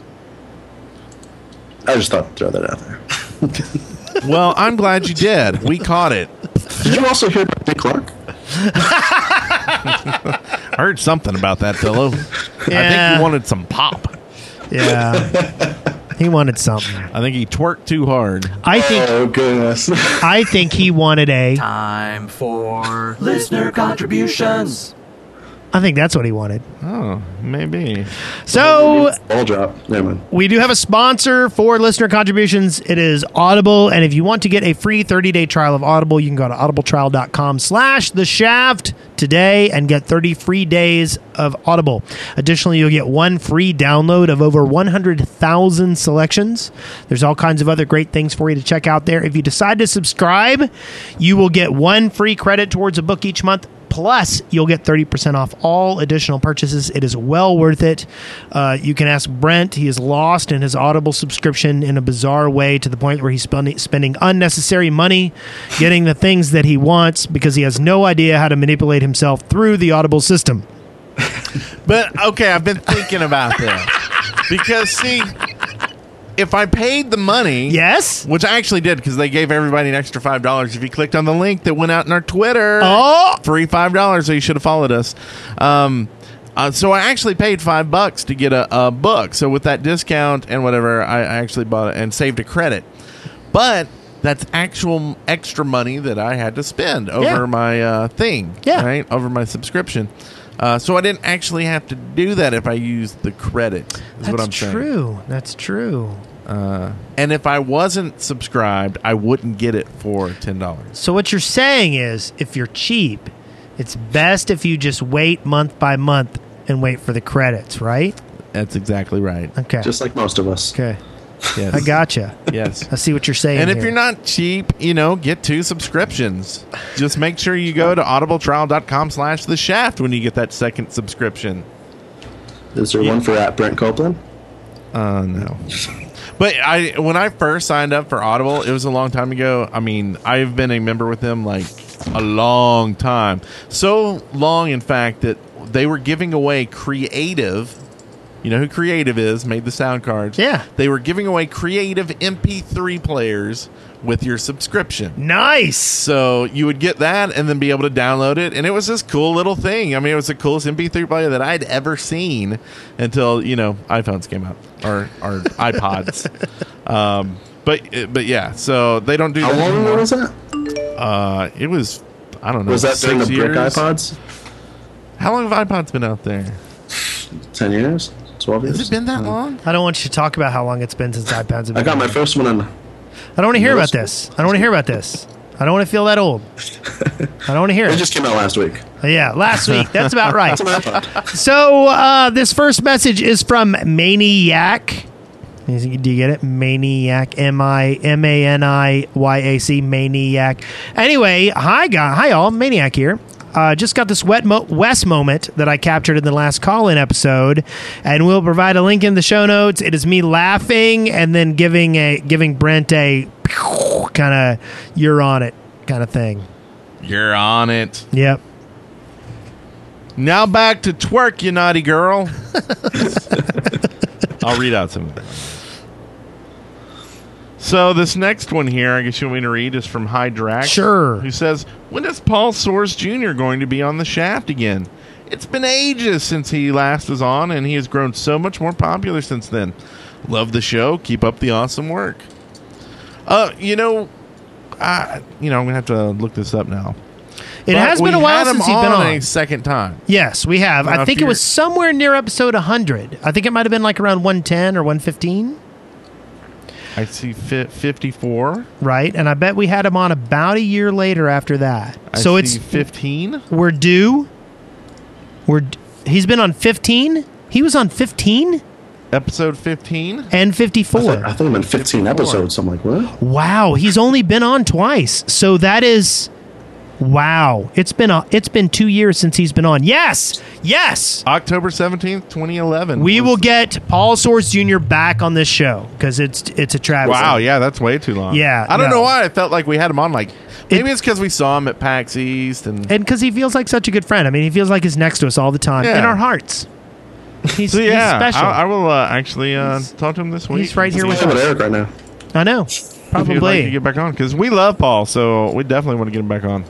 I just thought I'd throw that out there.
Well, I'm glad you did. We caught it.
Did you also hear about Nick Clark?
I heard something about that pillow. I think
Yeah.
he wanted some pop.
Yeah. he wanted something.
I think he twerked too hard.
I think
Oh goodness.
I think he wanted a.
Time for listener contributions.
I think that's what he wanted.
Oh, maybe.
So
Ball drop. Never mind.
We do have a sponsor for listener contributions. It is Audible, and if you want to get a free 30-day trial of Audible, you can go to audibletrial.com slash the shaft today and get 30 free days of Audible. Additionally, you'll get one free download of over 100,000 selections. There's all kinds of other great things for you to check out there. If you decide to subscribe, you will get one free credit towards a book each month. Plus, you'll get 30% off all additional purchases. It is well worth it. Uh, you can ask Brent. He is lost in his Audible subscription in a bizarre way to the point where he's spending, spending unnecessary money getting the things that he wants because he has no idea how to manipulate himself through the Audible system.
But okay, I've been thinking about that. Because see, if I paid the money,
Yes?
which I actually did because they gave everybody an extra five dollars if you clicked on the link that went out in our Twitter.
Oh!
free five dollars. So you should have followed us. Um, uh, so I actually paid five bucks to get a, a book. So with that discount and whatever, I, I actually bought it and saved a credit. But that's actual extra money that I had to spend over
Yeah.
my uh, thing,
Yeah.
right? Over my subscription. Uh, so I didn't actually have to do that if I used the credit. Is what
That's
I'm saying.
true. That's true.
And if I wasn't subscribed, I wouldn't get it for ten dollars.
So what you're saying is, if you're cheap, it's best if you just wait month by month and wait for the credits, right?
That's exactly right.
Okay.
Just like most of us.
okay.
Yes.
I gotcha.
Yes.
I see what you're saying.
And if
here.
you're not cheap, you know, get two subscriptions. Just make sure you go to audibletrial.com slash the shaft when you get that second subscription.
Is there one for at Brent Copeland?
Uh, no. But I, when I first signed up for Audible, it was a long time ago. I mean, I've been a member with them like a long time, so long, in fact, that they were giving away Creative. You know who Creative is? Made the sound cards.
Yeah.
they were giving away Creative MP3 players with your subscription.
nice.
So you would get that and then be able to download it. And it was this cool little thing. I mean, it was the coolest MP3 player that I'd ever seen until, you know, iPhones came out or, or iPods. um, but, but yeah, so they don't do
How
that.
long ago
anymore.
was that?
Uh, it was, I don't know.
Was that during the
six
brick
years?
iPods?
How long have iPods been out there?
Ten years? Twelve years?
Has it been that long?
I don't want you to talk about how long it's been since iPads have been.
I got my
around.
first one on.
I don't want to hear
middle
about this. I don't want to hear about this. I don't want to feel that old. I don't want to hear
It
it.
just came out last week.
Yeah, last week. That's about right.
That's an iPod.
So uh, this first message is from Maniac. Is- Do you get it? Maniac. M I M A N I Y A C. Maniac. Anyway, hi guy, hi all. Maniac here. Uh, just got this wet mo- West moment that I captured in the last call-in episode, and we'll provide a link in the show notes. It is me laughing and then giving a giving Brent a kind of you're on it kind of thing.
You're on it.
Yep.
Now back to twerk, you naughty girl. I'll read out some of that. So this next one here, I guess you want me to read, is from Hydrax.
Sure.
Who says, "When is Paul Source Jr. going to be on the Shaft again? It's been ages since he last was on, and he has grown so much more popular since then. Love the show. Keep up the awesome work." Uh, you know, I, you know, I'm gonna have to look this up now.
It has been a while since he's been on.
a second time.
Yes, we have.
Now,
I
if
think it was
you're-
somewhere near episode 100. I think it might have been like around 110 or 115,
I see fi 54.
right? And I bet we had him on about a year later after that.
I
so it's
see 15.
we're due. We're d- he's been on 15. He was on 15
Episode 15.
and 54.
I think I'm in 15 episodes. I'm like, what?
wow, he's only been on twice. So that is wow. It's been a, it's been 2 years since he's been on. Yes. Yes.
October 17th, 2011.
We
was-
will get Paul Source Jr. back on this show because it's it's a travesty.
Wow, yeah, that's way too long.
Yeah,
I don't
no.
know why I felt like we had him on. Like, maybe
It-
it's because we saw him at PAX East and.
and because he feels like such a good friend. I mean, he feels like he's next to us all the time
Yeah.
in our hearts. He's,
So, yeah,
he's special.
I, I will uh, actually uh,
He's-
talk to him this week.
he's right here
and
with
see
I'm with Eric right now.
I know,
if he'd like to
probably.
get back on because we love Paul, so we definitely want to get him back on.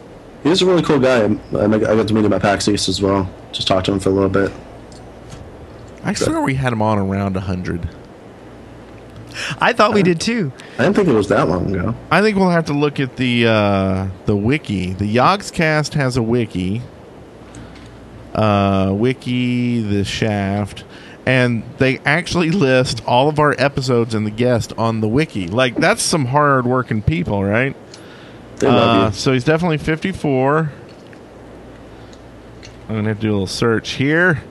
He's a really cool guy. I, I got to meet him at PAX East as well. Just talked to him for a little bit.
I swear we had him on around 100.
I thought we did too.
I didn't think it was that long ago.
I think we'll have to look at the uh, the wiki. The Yogscast has a wiki. Uh, wiki the Shaft, and they actually list all of our episodes and the guest on the wiki. Like that's some hard working people, right?
They
Uh,
love you.
so he's definitely 54. I'm gonna have to do a little search here.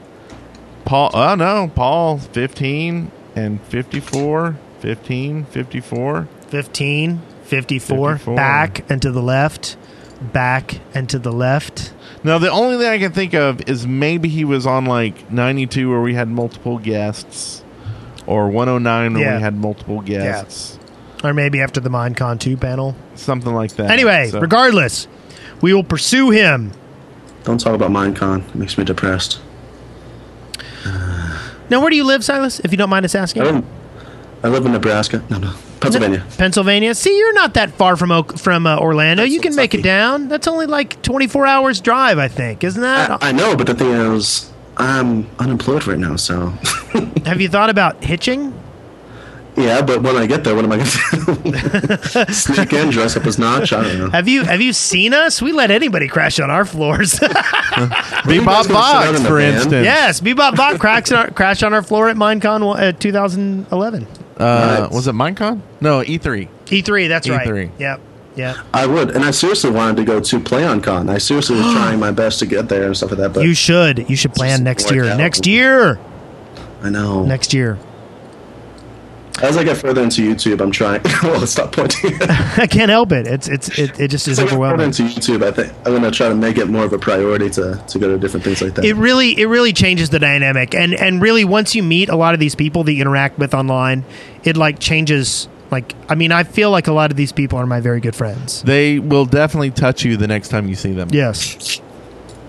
Paul, oh no, Paul 15 and 54, 15, 54.
15, 54,
54.
back and to the left, back and to the left.
Now, the only thing I can think of is maybe he was on like 92 where we had multiple guests, or 109 where
Yeah.
we had multiple guests,
Or maybe after the MineCon 2 panel.
something like that.
Anyway,
So-
regardless, we will pursue him.
Don't talk about Minecon. It makes me depressed.
Now, where do you live, Silas, if you don't mind us asking?
I, don't, I live in Nebraska. No, no. Pennsylvania.
Pennsylvania. See, you're not that far from Oak, from uh, Orlando.
That's
you can make it
Kentucky.
down. That's only like 24 hours drive, I think, isn't that?
I, I know, but the thing is, I'm unemployed right now, so.
Have you thought about hitching?
yeah, but when I get there, what am I going to do? Sneak in, dress up as Notch? I don't know.
Have you Have you seen us? We let anybody crash on our floors.
Bebop
Were you guys gonna sit down
Box,
in the
for
van?
instance.
yes, Bebop Bot cracks on our, crashed on our floor at Minecon uh, 2011.
Uh,
Nice.
was it Minecon? No, E E3.
E3. E That's
E
right.
E3.
Yep. Yep.
I would, and I seriously wanted to go to PlayOnCon. I seriously was trying my best to get there and stuff like that, but
You should. You should plan
Just
next
work
year.
out.
Next year.
I know.
Next year.
As I get further into YouTube, I'm trying. well, stop pointing.
I can't help it. It's it's it, it just is
As I get further
overwhelming.
into YouTube, I think I'm gonna try to make it more of a priority to to go to different things like that.
It really it really changes the dynamic, and and really once you meet a lot of these people that you interact with online, it like changes. Like I mean, I feel like a lot of these people are my very good friends.
They will definitely touch you the next time you see them.
Yes.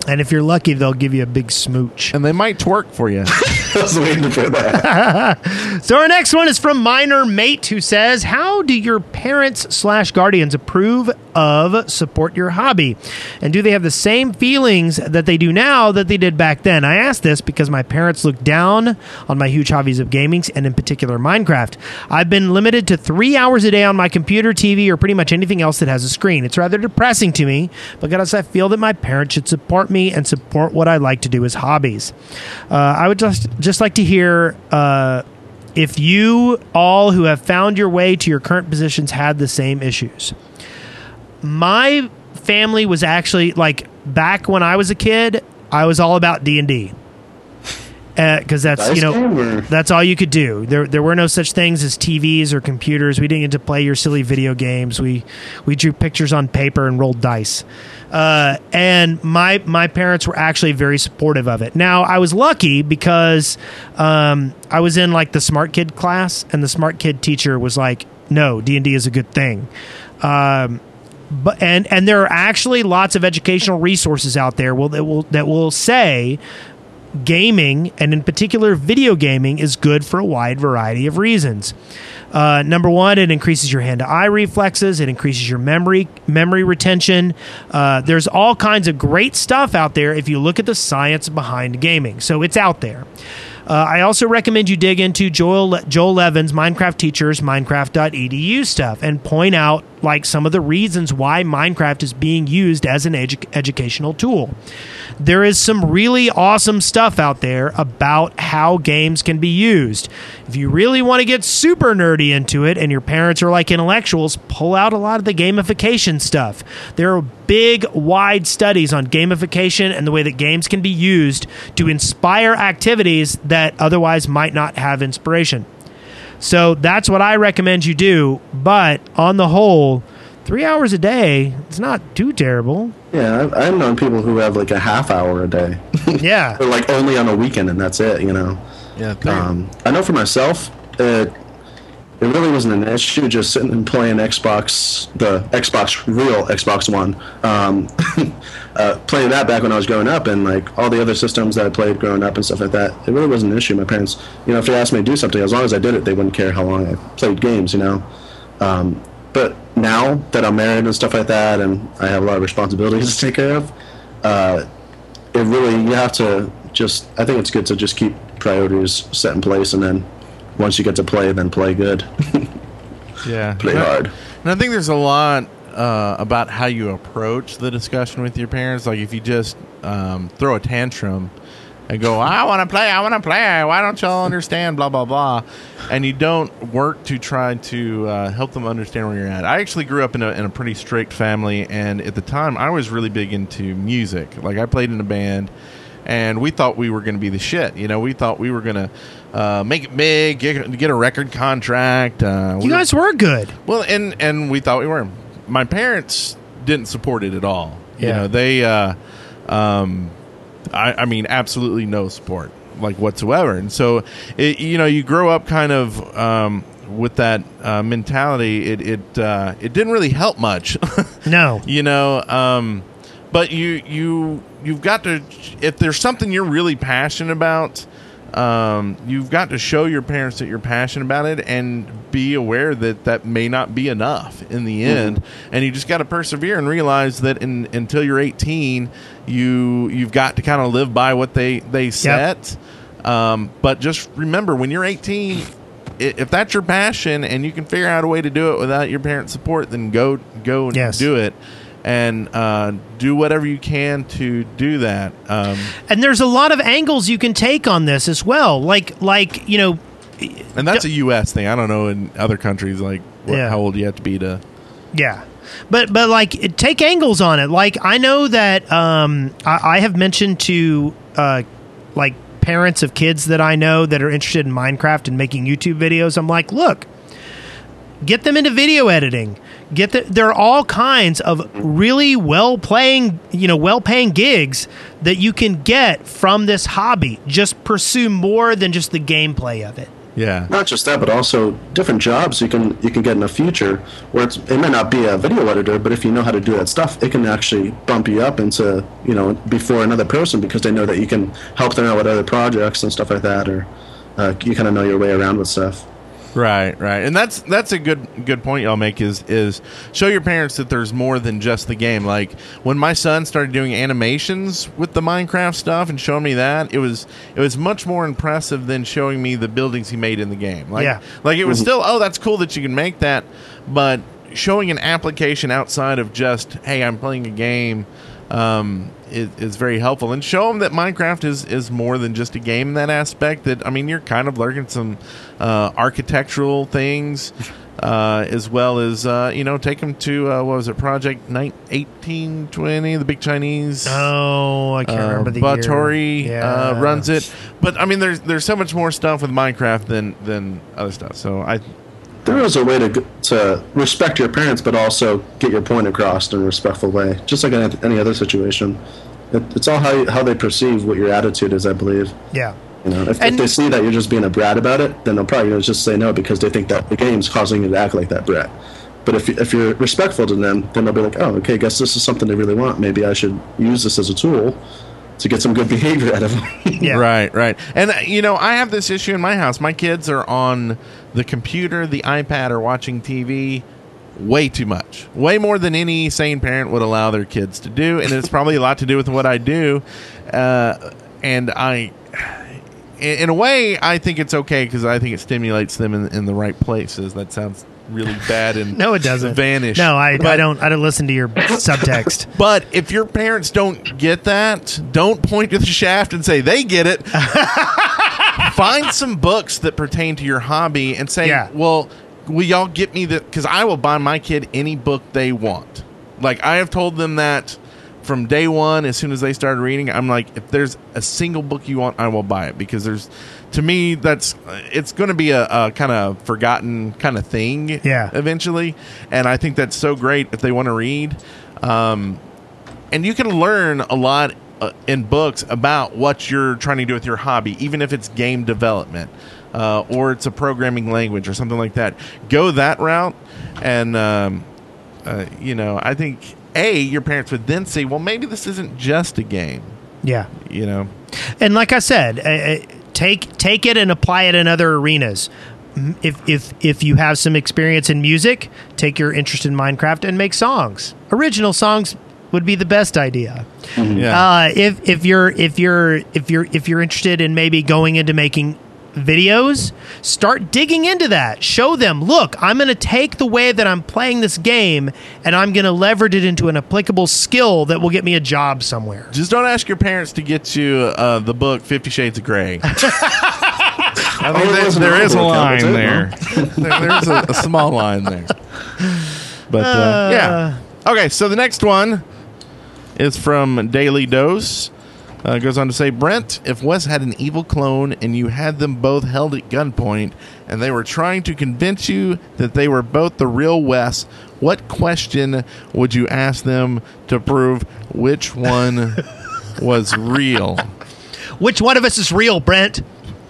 And if you're lucky, they'll give you a big smooch.
And they might twerk for you.
I was waiting for that.
So our next one is from Minor Mate, who says, "How do your parents slash guardians approve of support your hobby, and do they have the same feelings that they do now that they did back then?" I asked this because my parents look down on my huge hobbies of gaming and in particular Minecraft. I've been limited to three hours a day on my computer, TV, or pretty much anything else that has a screen. It's rather depressing to me because I feel that my parents should support me and support what I like to do as hobbies. Uh, I would just just like to hear. Uh, if you all who have found your way to your current positions had the same issues. My family was actually like back when I was a kid, I was all about D and D because that's
Dice
you
game
know
or-
that's all you could do. There there were no such things as TVs or computers. We didn't get to play your silly video games. We we drew pictures on paper and rolled dice. Uh, and my my parents were actually very supportive of it. Now I was lucky because um, I was in like the smart kid class, and the smart kid teacher was like, "No, D and D is a good thing." Um, but and and there are actually lots of educational resources out there will that will that will say gaming and in particular video gaming is good for a wide variety of reasons uh, number one it increases your hand to eye reflexes it increases your memory memory retention uh, there's all kinds of great stuff out there if you look at the science behind gaming so it's out there uh, I also recommend you dig into Joel Joel Levin's Minecraft Teachers Minecraft.edu stuff and point out like some of the reasons why Minecraft is being used as an edu- educational tool. There is some really awesome stuff out there about how games can be used. If you really want to get super nerdy into it and your parents are like intellectuals, pull out a lot of the gamification stuff. There are big, wide studies on gamification and the way that games can be used to inspire activities that otherwise might not have inspiration. So that's what I recommend you do. But on the whole, three hours a day, it's not too terrible.
Yeah, I've, I've known people who have like a half hour a day,
Yeah.
or like only on a weekend, and that's it. You know.
yeah,
Um, I know for myself, it, it really wasn't an issue just sitting and playing Xbox, the Xbox, real Xbox One. Um, uh, playing that back when I was growing up and like all the other systems that I played growing up and stuff like that, it really wasn't an issue. My parents, you know, if they asked me to do something, as long as I did it, they wouldn't care how long I played games, you know. Um, but now that I'm married and stuff like that, and I have a lot of responsibilities to take care of, uh, it really you have to just i think it's good to just keep priorities set in place and then once you get to play then play good
yeah.
play
And I-
hard
And I think there's a lot uh, about how you approach the discussion with your parents. Like if you just um, throw a tantrum and go, "I want to play, I want to play. Why don't y'all understand?" Blah blah blah, and you don't work to try to uh, help them understand where you're at. I actually grew up in a in a pretty strict family, and at the time, I was really big into music. Like I played in a band and we thought we were going to be the shit. You know, we thought we were going to uh, make it big, get, get a record contract. Uh, we
You
were-
guys were good.
well, and and we thought we were. My parents didn't support it at all. You
Yeah.
know, they, uh, um, I, I mean, absolutely no support, like whatsoever. And so, it, you know, you grow up kind of um, with that uh, mentality. It it uh, it didn't really help much.
No.
you know um but you you you've got to if there's something you're really passionate about um you've got to show your parents that you're passionate about it and be aware that that may not be enough in the end and you just got to persevere and realize that in, until you're 18 you you've got to kind of live by what they they set um but just remember when you're 18 i- if that's your passion and you can figure out a way to do it without your parents' support, then go go and
Yes.
do it, and uh, do whatever you can to do that. Um,
And there's a lot of angles you can take on this as well. Like like, you know,
and that's a U.S. thing. I don't know in other countries like what,
Yeah.
how old you have to be to.
Yeah. But but like it- take angles on it. Like I know that um I, I have mentioned to uh like parents of kids that I know that are interested in Minecraft and making YouTube videos, I'm like, look, get them into video editing. Get the, there are all kinds of really well playing, you know, well paying gigs that you can get from this hobby. Just pursue more than just the gameplay of it.
Yeah.
Not just that, but also different jobs you can you can get in the future where it's, it may not be a video editor, but if you know how to do that stuff, it can actually bump you up into you know before another person because they know that you can help them out with other projects and stuff like that, or uh, you kind of know your way around with stuff.
Right, right, and that's that's a good good point y'all make is is show your parents that there's more than just the game. Like when my son started doing animations with the Minecraft stuff and showing me that, it was it was much more impressive than showing me the buildings he made in the game. Like
Yeah.
like it was still oh that's cool that you can make that, but showing an application outside of just hey I'm playing a game um, is, is very helpful and show them that Minecraft is, is more than just a game in that aspect. That I mean, you're kind of learning some uh, architectural things uh, as well as uh, you know take them to uh, what was it Project Nine- 1820, the big Chinese.
Oh, I can't
Uh,
remember the
Buttori
year.
uh,
Yeah.
runs it, but I mean, there's there's so much more stuff with Minecraft than than other stuff. So I,
There is a way to to respect your parents, but also get your point across in a respectful way, just like in any other situation. It, it's all how you, how they perceive what your attitude is, I believe.
Yeah.
You know, if, if
And-
they see that you're just being a brat about it, then they'll probably just say no because they think that the game's causing you to act like that brat. But if, you- if you're respectful to them, then they'll be like, oh, okay, guess this is something they really want. Maybe I should use this as a tool to get some good behavior out of them.
Yeah.
Right, right. And uh, you know, I have this issue in my house. My kids are on the computer, the iPad, or watching TV way too much. Way more than any sane parent would allow their kids to do, and it's probably a lot to do with what I do. Uh, and I in in a way, I think it's okay because I think it stimulates them in, in the right places. That sounds really bad and
No, it doesn't
vanish.
No, I, I
But-
don't. I don't listen to your subtext.
but if your parents don't get that, don't point to the shaft and say they get it. Find some books that pertain to your hobby and say,
Yeah.
"Well, will y'all get me the?" Because I will buy my kid any book they want. Like I have told them that from day one. As soon as they started reading, I'm like, "If there's a single book you want, I will buy it." Because there's, to me, that's it's going to be a, a kind of forgotten kind of thing,
Yeah.
eventually. And I think that's so great if they want to read. Um, and you can learn a lot uh, in books about what you're trying to do with your hobby, even if it's game development uh, or it's a programming language or something like that. Go that route, and um, uh, you know, I think a your parents would then say, well, maybe this isn't just a game,
Yeah.
you know.
and like I said, uh, uh, take take it and apply it in other arenas. M- If if if you have some experience in music, take your interest in Minecraft and make songs. Original songs would be the best idea.
Yeah,
Uh, if if you're if you're if you're if you're interested in maybe going into making videos, start digging into that. Show them, look, I'm going to take the way that I'm playing this game and I'm going to leverage it into an applicable skill that will get me a job somewhere.
just don't ask your parents to get you uh, the book Fifty Shades of Grey. I think
Oh,
there-
there's an
there is a
audible account,
line
isn't
there. There- There's a, a small line there. But uh, yeah. Okay, so the next one is from Daily Dose. Uh, it goes on to say, Brent, if Wes had an evil clone and you had them both held at gunpoint and they were trying to convince you that they were both the real Wes, what question would you ask them to prove which one was real?
Which one of us is real, Brent?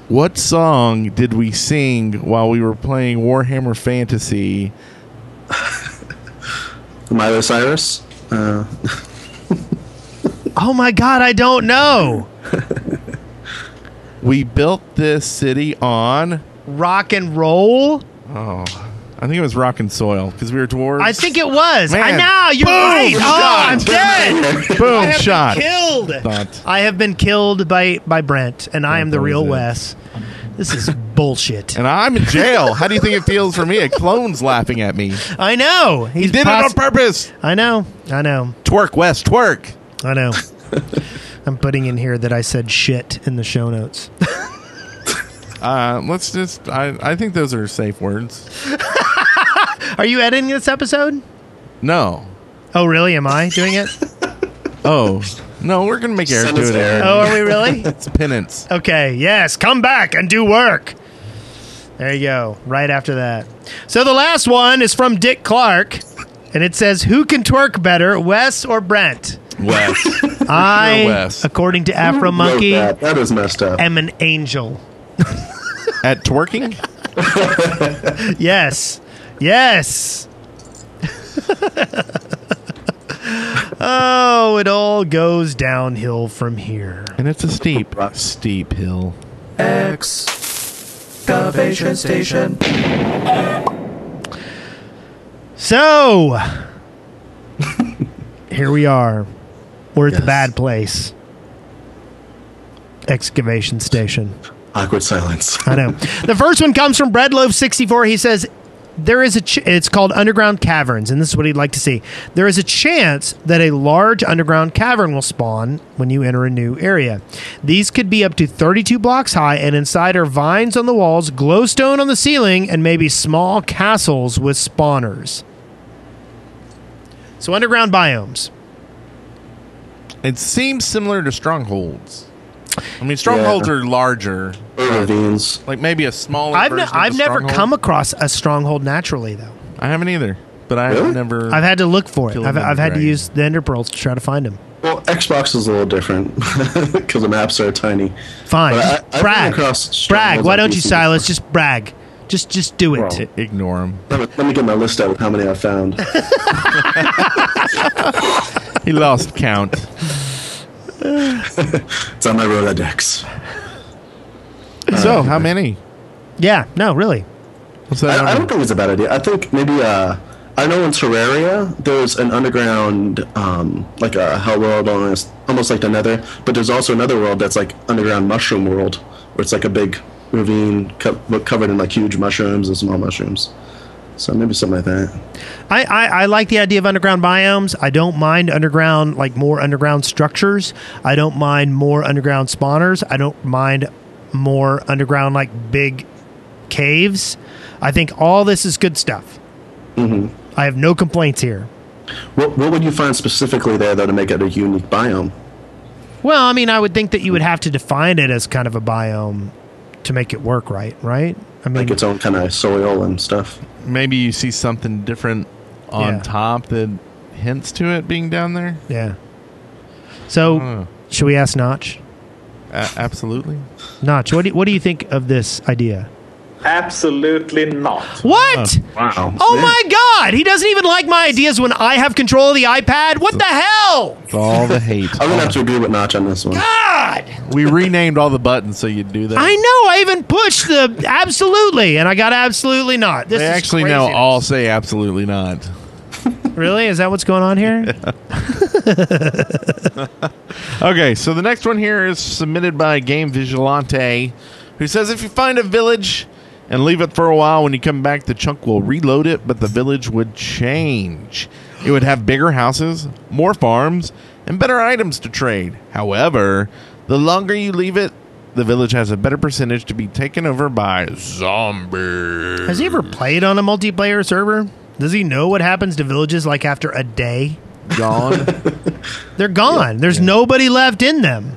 What song did we sing while we were playing Warhammer Fantasy?
Miley Cyrus? Uh,
Oh my God, I don't know.
We built this city on.
Rock and roll?
Oh, I think it was Rock and Soil because we were dwarves.
I think it was. I
Man.
know you're
Boom!
right. Oh, I'm
Shot.
dead. I
boom
have
shot.
been killed.
Thought.
I have been killed by by Brent, and I am the
that was
real
it.
Wes. This is bullshit.
And I'm in jail. How do you think it feels for me? A clone's laughing at me.
I know. He's
Did it on purpose.
I know. I know.
Twerk, West, twerk.
I know. I'm putting in here that I said shit in the show notes.
Uh, let's just. I, I think those are safe words.
Are you editing this episode?
No.
Oh, really? Am I doing it?
Oh. No, we're gonna make Eric
Send
do
us
it.
Eric.
Oh, are we really?
It's a penance.
Okay, yes, come back and do work. There you go, right after that. So the last one is from Dick Clark, and it says, Who can twerk better, Wes or Brent?
Wes.
I,
Wes.
according to Afro
Wrote
Monkey,
That. that is messed up.
am an angel.
At twerking?
Yes. Yes. oh, it all goes downhill from here.
And it's a steep, steep hill.
Excavation station.
So, here we are. We're at the bad place. Excavation station.
Awkward silence.
I know. the first one comes from Breadloaf64. He says, there is a ch- it's called underground caverns and this is what he'd like to see there is a chance that a large underground cavern will spawn when you enter a new area these could be up to 32 blocks high and inside are vines on the walls glowstone on the ceiling and maybe small castles with spawners so underground biomes
It seems similar to strongholds. I mean, strongholds
Yeah.
are larger.
Ravines.
Like maybe a smaller.
i've, ne-
version of a
I've never
stronghold.
come across a stronghold naturally though
I haven't either. But I've
Really?
never.
i've had to look for it
Kill
i've,
another
I've had to
dragon.
use the ender pearls to try to find them
Well, Xbox is a little different because the maps are tiny.
Fine.
But I-
Just
I've been
brag.
across
Brag.
strongholds
Why
on
don't you,
PC
Silas? Just brag. Just just do it.
Well,
Ignore him.
Let me, let me get my list out of how many I found.
He lost count.
It's on my Rolodex.
so how many?
yeah, no, really.
What's that
I, I
number?
don't think it's a bad idea. I think maybe uh, I know in Terraria there's an underground, um, like a hell world, almost, almost like the Nether. But there's also another world that's like underground mushroom world, where it's like a big ravine co- but covered in like huge mushrooms and small mushrooms. So maybe something like that.
I, I, I like the idea of underground biomes. I don't mind underground like more underground structures. I don't mind more underground spawners. I don't mind more underground like big caves. I think all this is good stuff.
Mm-hmm.
I have no complaints here.
What, what would you find specifically there though to make it a unique biome?
Well, I mean, I would think that you would have to define it as kind of a biome to make it work right, right? I mean,
Like its own kind of soil and stuff.
Maybe you see something different on
Yeah.
top that hints to it being down there.
Yeah. So,
Hmm.
should we ask Notch?
A- absolutely.
Notch, what do, what do you think of this idea?
Absolutely not.
What?
Wow.
oh my God! He doesn't even like my ideas when I have control of the iPad. What the hell?
It's all the hate.
I'm gonna have to agree with Notch on this one.
God!
we renamed all the buttons so you'd do that.
I know. I even pushed the absolutely, and I got absolutely not. This
They
is
actually
crazy.
now all say absolutely not.
Really? Is that what's going on here?
Okay, so the next one here is submitted by Game Vigilante, who says if you find a village and leave it for a while, when you come back, the chunk will reload it, but the village would change. It would have bigger houses, more farms, and better items to trade. However, the longer you leave it, the village has a better percentage to be taken over by zombies.
Has he ever played on a multiplayer server? Does he know what happens to villages like after a day?
Gone.
They're gone. There's nobody left in them.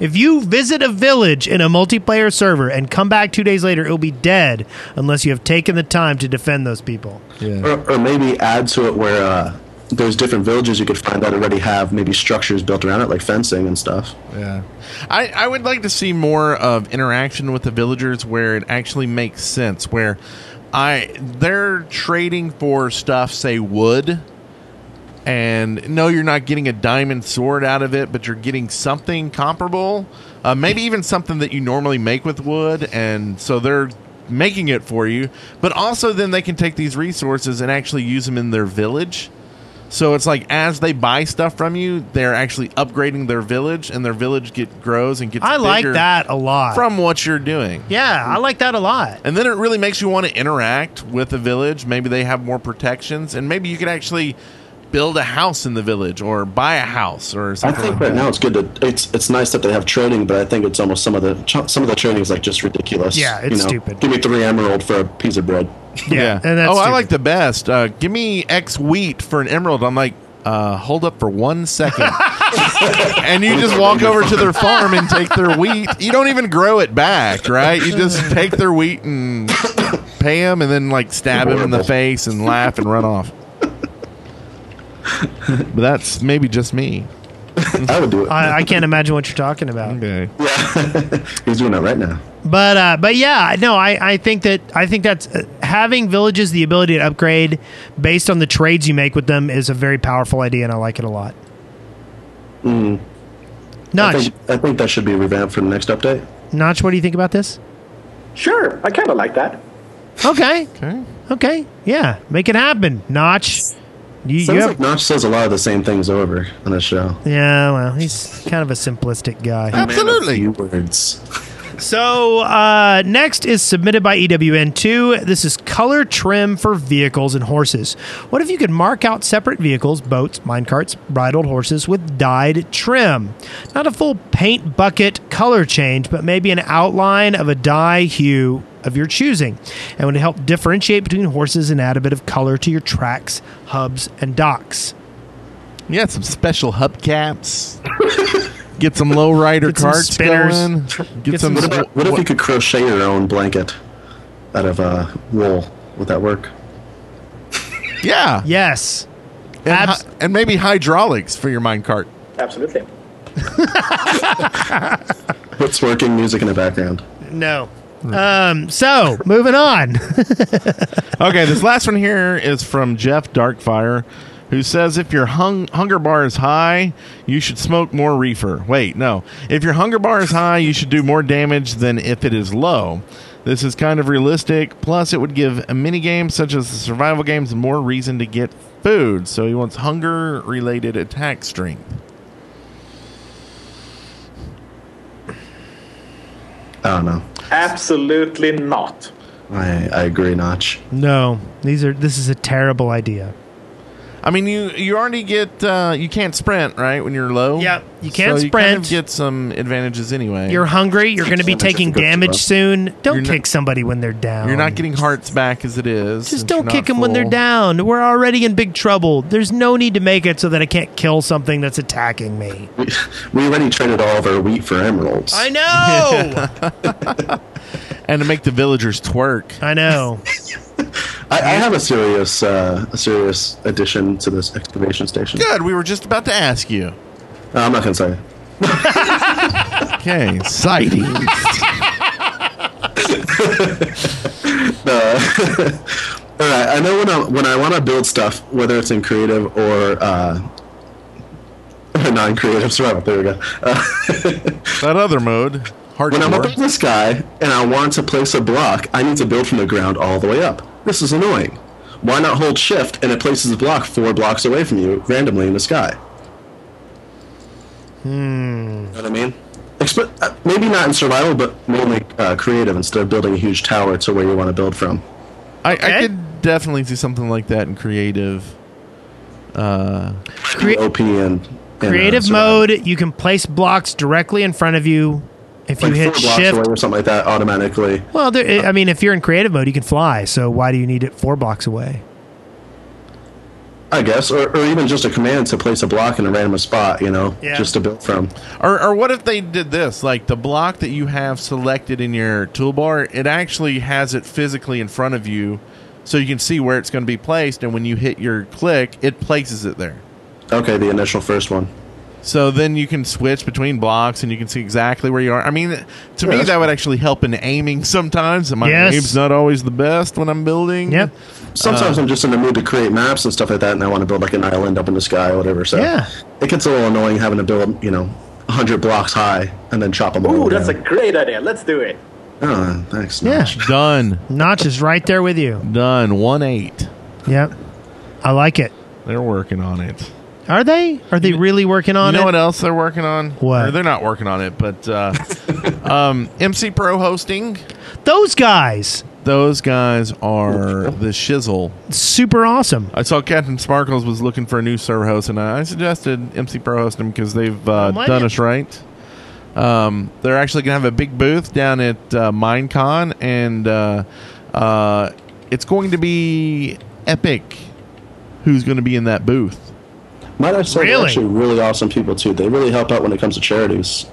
If you visit a village in a multiplayer server and come back two days later, it'll be dead unless you have taken the time to defend those people.
yeah.
Or, or maybe add to it where uh, there's different villages you could find that already have maybe structures built around it, like fencing and stuff.
Yeah. I, I would like to see more of interaction with the villagers where it actually makes sense, where I they're trading for stuff, say wood, and no, you're not getting a diamond sword out of it, but you're getting something comparable, uh, maybe even something that you normally make with wood, and so they're making it for you. But also, then they can take these resources and actually use them in their village. So it's like as they buy stuff from you, they're actually upgrading their village, and their village get grows and gets.
I like
bigger
that a lot.
from what you're doing.
yeah, I like that a lot.
And then it really makes you want to interact with the village. Maybe they have more protections, and maybe you could actually build a house in the village or buy a house or
I
Uh-huh.
something.
think
like
right
that.
now it's good to it's it's nice that they have trading, but I think it's almost some of the ch- some of the trading is like just ridiculous.
Yeah, it's stupid.
Give me three emerald for a piece of bread.
Yeah. And that's
oh, I
stupid.
like the best. Uh, give me X wheat for an emerald. I'm like, uh, hold up for one second. and you just walk over to their farm and take their wheat. You don't even grow it back, right? You just take their wheat and pay them, and then like stab him in the face and laugh and run off. But that's maybe just me.
I would do it.
I, I can't imagine what you're talking about.
Okay.
He's doing it right now.
But uh, but yeah, no, I, I think that I think that's uh, having villages the ability to upgrade based on the trades you make with them is a very powerful idea, and I like it a lot.
I
Notch,
think, I think that should be revamped for the next update.
Notch, what do you think about this?
Sure, I kind of like that.
Okay,
Okay.
okay, yeah, make it happen, Notch. You, you
Sounds
have-
like Notch says a lot of the same things over on his show.
yeah, well, he's kind of a simplistic guy.
Absolutely.
Few words.
So uh, next is submitted by E EWN2. This is color trim for vehicles and horses. What if you could mark out separate vehicles, boats, minecarts, bridled horses with dyed trim? Not a full paint bucket color change, but maybe an outline of a dye hue of your choosing and would help differentiate between horses and add a bit of color to your tracks, hubs, and docks.
You got some special hubcaps. Get some low rider
Get some
carts
spinners.
going. Get,
Get
some.
some
What, about, what if you could crochet your own blanket out of uh, wool? Would that work?
yeah.
Yes.
And, hy-
abs-
and maybe hydraulics for your minecart.
Absolutely.
What's working music in the background?
No. Um, so moving on.
Okay, this last one here is from Jeff Darkfire, who says if your hung- hunger bar is high, you should smoke more reefer. Wait, no. If your hunger bar is high, you should do more damage than if it is low. This is kind of realistic. Plus, it would give a mini game such as the survival games more reason to get food. So he wants hunger-related attack strength.
I don't know.
Absolutely not.
I, I agree, Notch.
No, these are. This is a terrible idea.
I mean, you you already get uh, you can't sprint right when you're low.
Yep, you can't
so You kind
sprint.
of get some advantages anyway.
You're hungry. You're going to be
Damage
taking
is good to
damage
us.
soon. Don't
You're not-
kick somebody when they're down.
You're not getting hearts back as it is.
Um, Just
if
don't
you're
kick
not
them when they're
full.
down. We're already in big trouble. There's no need to make it so that I can't kill something that's attacking me.
We, we already traded all of our wheat for emeralds.
I know.
And to make the villagers twerk.
I know.
I, I have a serious uh, a serious addition to this excavation station.
Good. We were just about to ask you.
No, I'm not gonna say. it.
Okay. Sightings.
All right, I know when I when I want to build stuff, whether it's in creative or uh, non-creative survival. There we go. Uh,
that other mode.
when I'm up
Hardcore.
in the sky and I want to place a block, I need to build from the ground all the way up. This is annoying. Why not hold shift and it places a block four blocks away from you randomly in the sky? Hmm.
Hmm.
Know what I mean? Expe- uh, maybe not in survival, but mainly uh, creative instead of building a huge tower to where you want to build from.
I,
Okay.
I could definitely do something like that in creative.
Crea-
OP and, and, uh,
creative
survival.
mode. You can place blocks directly in front of you. If you
Like
hit
four blocks away
shift,
or something like that automatically.
well, there, I mean, if you're in creative mode, you can fly. So why do you need it four blocks away?
I guess, or, or even just a command to place a block in a random spot, you know,
Yeah.
just to build from.
Or, or what if they did this? Like the block that you have selected in your toolbar, it actually has it physically in front of you, so you can see where it's going to be placed. And when you hit your click, it places it there.
Okay, the initial first one.
So then you can switch between blocks and you can see exactly where you are. I mean, to me,
that's
that would actually help in aiming sometimes. and My
Yes.
aim's not always the best when I'm building.
Yep.
Sometimes I'm just in the mood to create maps and stuff like that, and I want to build like an island up in the sky or whatever. So
Yeah.
it gets a little annoying having to build, you know, 100 blocks high and then chop them all
Ooh, that's a
down.
great idea. Let's do it.
Oh, thanks.
Yeah.
Notch.
Done.
Notch is right there with you.
Done. One eight.
Yep. I like it.
They're working on it.
Are they? Are they really working on
you know
it?
what else they're working on?
What?
Or they're not working on it, but uh, um, MC Pro hosting.
Those guys,
Those guys are the shizzle.
super awesome.
I saw Captain Sparkles was looking for a new server host, and I suggested MC Pro host them because they've uh,
might
done
it-
us right. Um, they're actually going to have a big booth down at uh, Minecon, and uh, uh, it's going to be epic. Who's going to be in that booth?
Might I say they're
Really?
actually really awesome people too. They really help out when it comes to charities.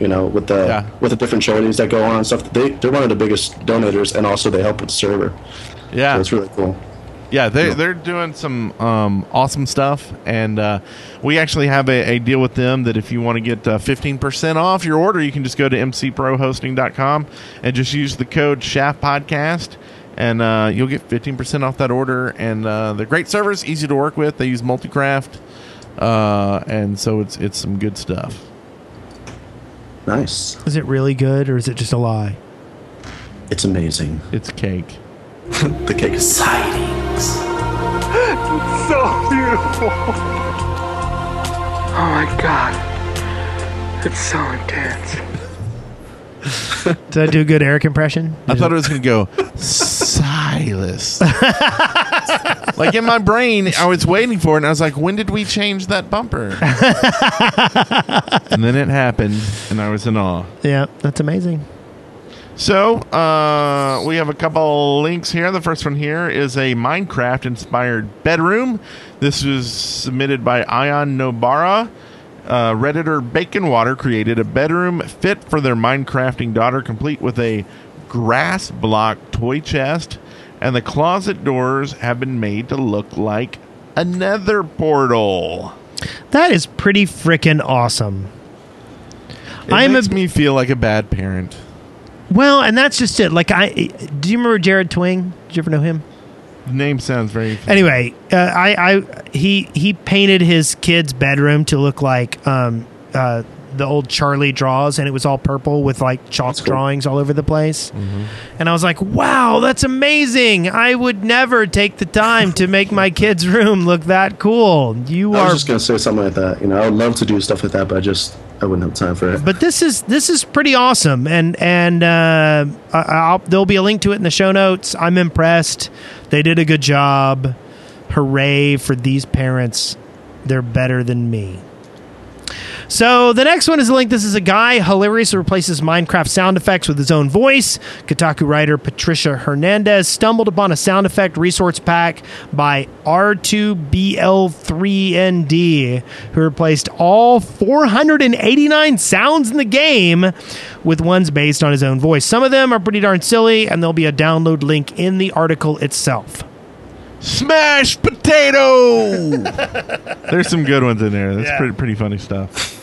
You know, with the
Yeah.
with the different charities that go on and stuff. They they're one of the biggest donators, and also they help with the server. So
Yeah,
it's really cool.
yeah, they they're doing some um, awesome stuff, and uh, we actually have a, a deal with them that if you want to get uh, fifteen percent off your order, you can just go to mcprohosting.com and just use the code Shaft Podcast, and uh, you'll get fifteen percent off that order. And uh, they're great servers, easy to work with. They use Multicraft, uh, and so it's it's some good stuff.
Nice.
Is it really good or is it just a lie?
It's amazing.
It's cake.
The cake is
so beautiful. Oh my god. It's so intense.
Did I do a good Eric impression?
I thought it was going to go Silas. like in my brain, I was waiting for it, and I was like, "When did we change that bumper?" and then it happened, and I was in awe.
yeah, that's amazing.
So uh, we have a couple links here. The first one here is a Minecraft-inspired bedroom. This was submitted by Ion Nobara. Uh, Redditor Baconwater created a bedroom fit for their Minecrafting daughter, complete with a grass block toy chest, and the closet doors have been made to look like another portal.
That is pretty freaking awesome.
It
I'm
makes
a-
me feel like a bad parent.
Well, and that's just it. Like I, do you remember Jared Twing? Did you ever know him?
Name sounds very
Anyway, uh, I, I, he, he painted his kid's bedroom to look like um, uh, the old Charlie draws, and it was all purple with like chalk drawings all over the place.
Mm-hmm.
And I was like, "Wow, that's amazing! I would never take the time to make my kid's room look that cool. You
I
are
was just gonna say something like that. You know, I would love to do stuff like that, but I just I wouldn't have time for it.
but this is this is pretty awesome and and uh, I- I'll, there'll be a link to it in the show notes i'm impressed they did a good job hooray for these parents they're better than me so the next one is a link. This is a guy hilarious who replaces Minecraft sound effects with his own voice. Kotaku writer Patricia Hernandez stumbled upon a sound effect resource pack by R2BL3ND, who replaced all 489 sounds in the game with ones based on his own voice. Some of them are pretty darn silly, and there'll be a download link in the article itself.
Smash potato. There's some good ones in there. That's pretty pretty funny stuff.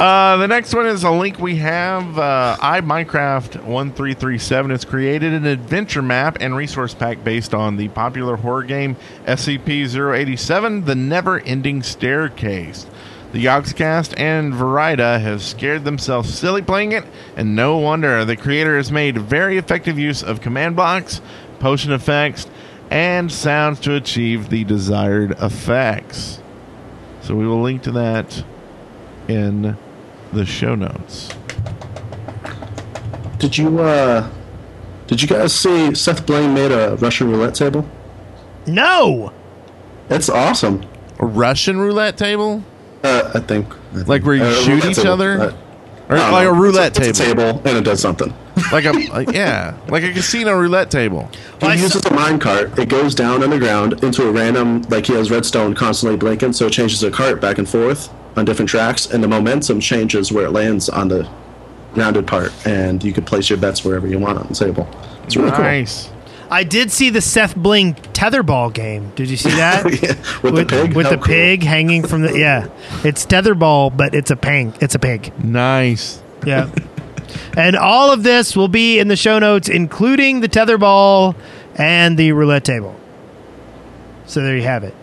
Uh, the next one is a link we have. Uh, I Minecraft one three three seven has created an adventure map and resource pack based on the popular horror game SCP 087: The Never Ending Staircase. The Yogscast and Verida have scared themselves silly playing it, and no wonder. The creator has made very effective use of command blocks, potion effects, and sounds to achieve the desired effects. So we will link to that in the show notes.
Did you uh did you guys see Seth Blaine made a Russian roulette table?
No!
That's awesome.
A Russian roulette table?
Uh, I think. I think.
Like where you
Uh,
shoot
roulette
each
table.
other?
Uh,
Or
I don't
like
know.
a roulette
It's a- it's a
table.
table and it does something.
Like a like- yeah, like a casino roulette table.
He uses a mine cart. It goes down underground into a random, like he has redstone constantly blinking, so it changes the cart back and forth on different tracks, and the momentum changes where it lands on the rounded part, and you can place your bets wherever you want on the table. It's really
Nice.
I did see the Seth Bling tetherball game. Did you see that?
cool. yeah, with, the pig.
with
How
the
cool.
pig hanging from the yeah it's tetherball but it's a pang it's a pig
Nice.
yeah and all of this will be in the show notes including the tetherball and the roulette table so there you have it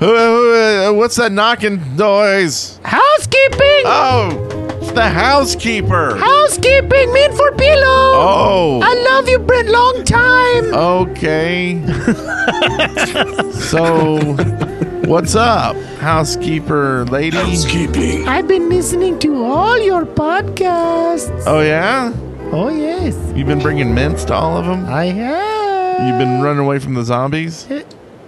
Who- who- uh, What's that knocking noise?
housekeeping
Ah.
Oh, it's the housekeeper.
housekeeping mean for pillow
Oh.
love you brent long time
Ah.
Okay. so, what's up, housekeeper lady?
i've been listening to all your podcasts
Oh yeah,
oh yes
you've been bringing mints to all of them.
i have
You've been running away from the zombies.
Uh,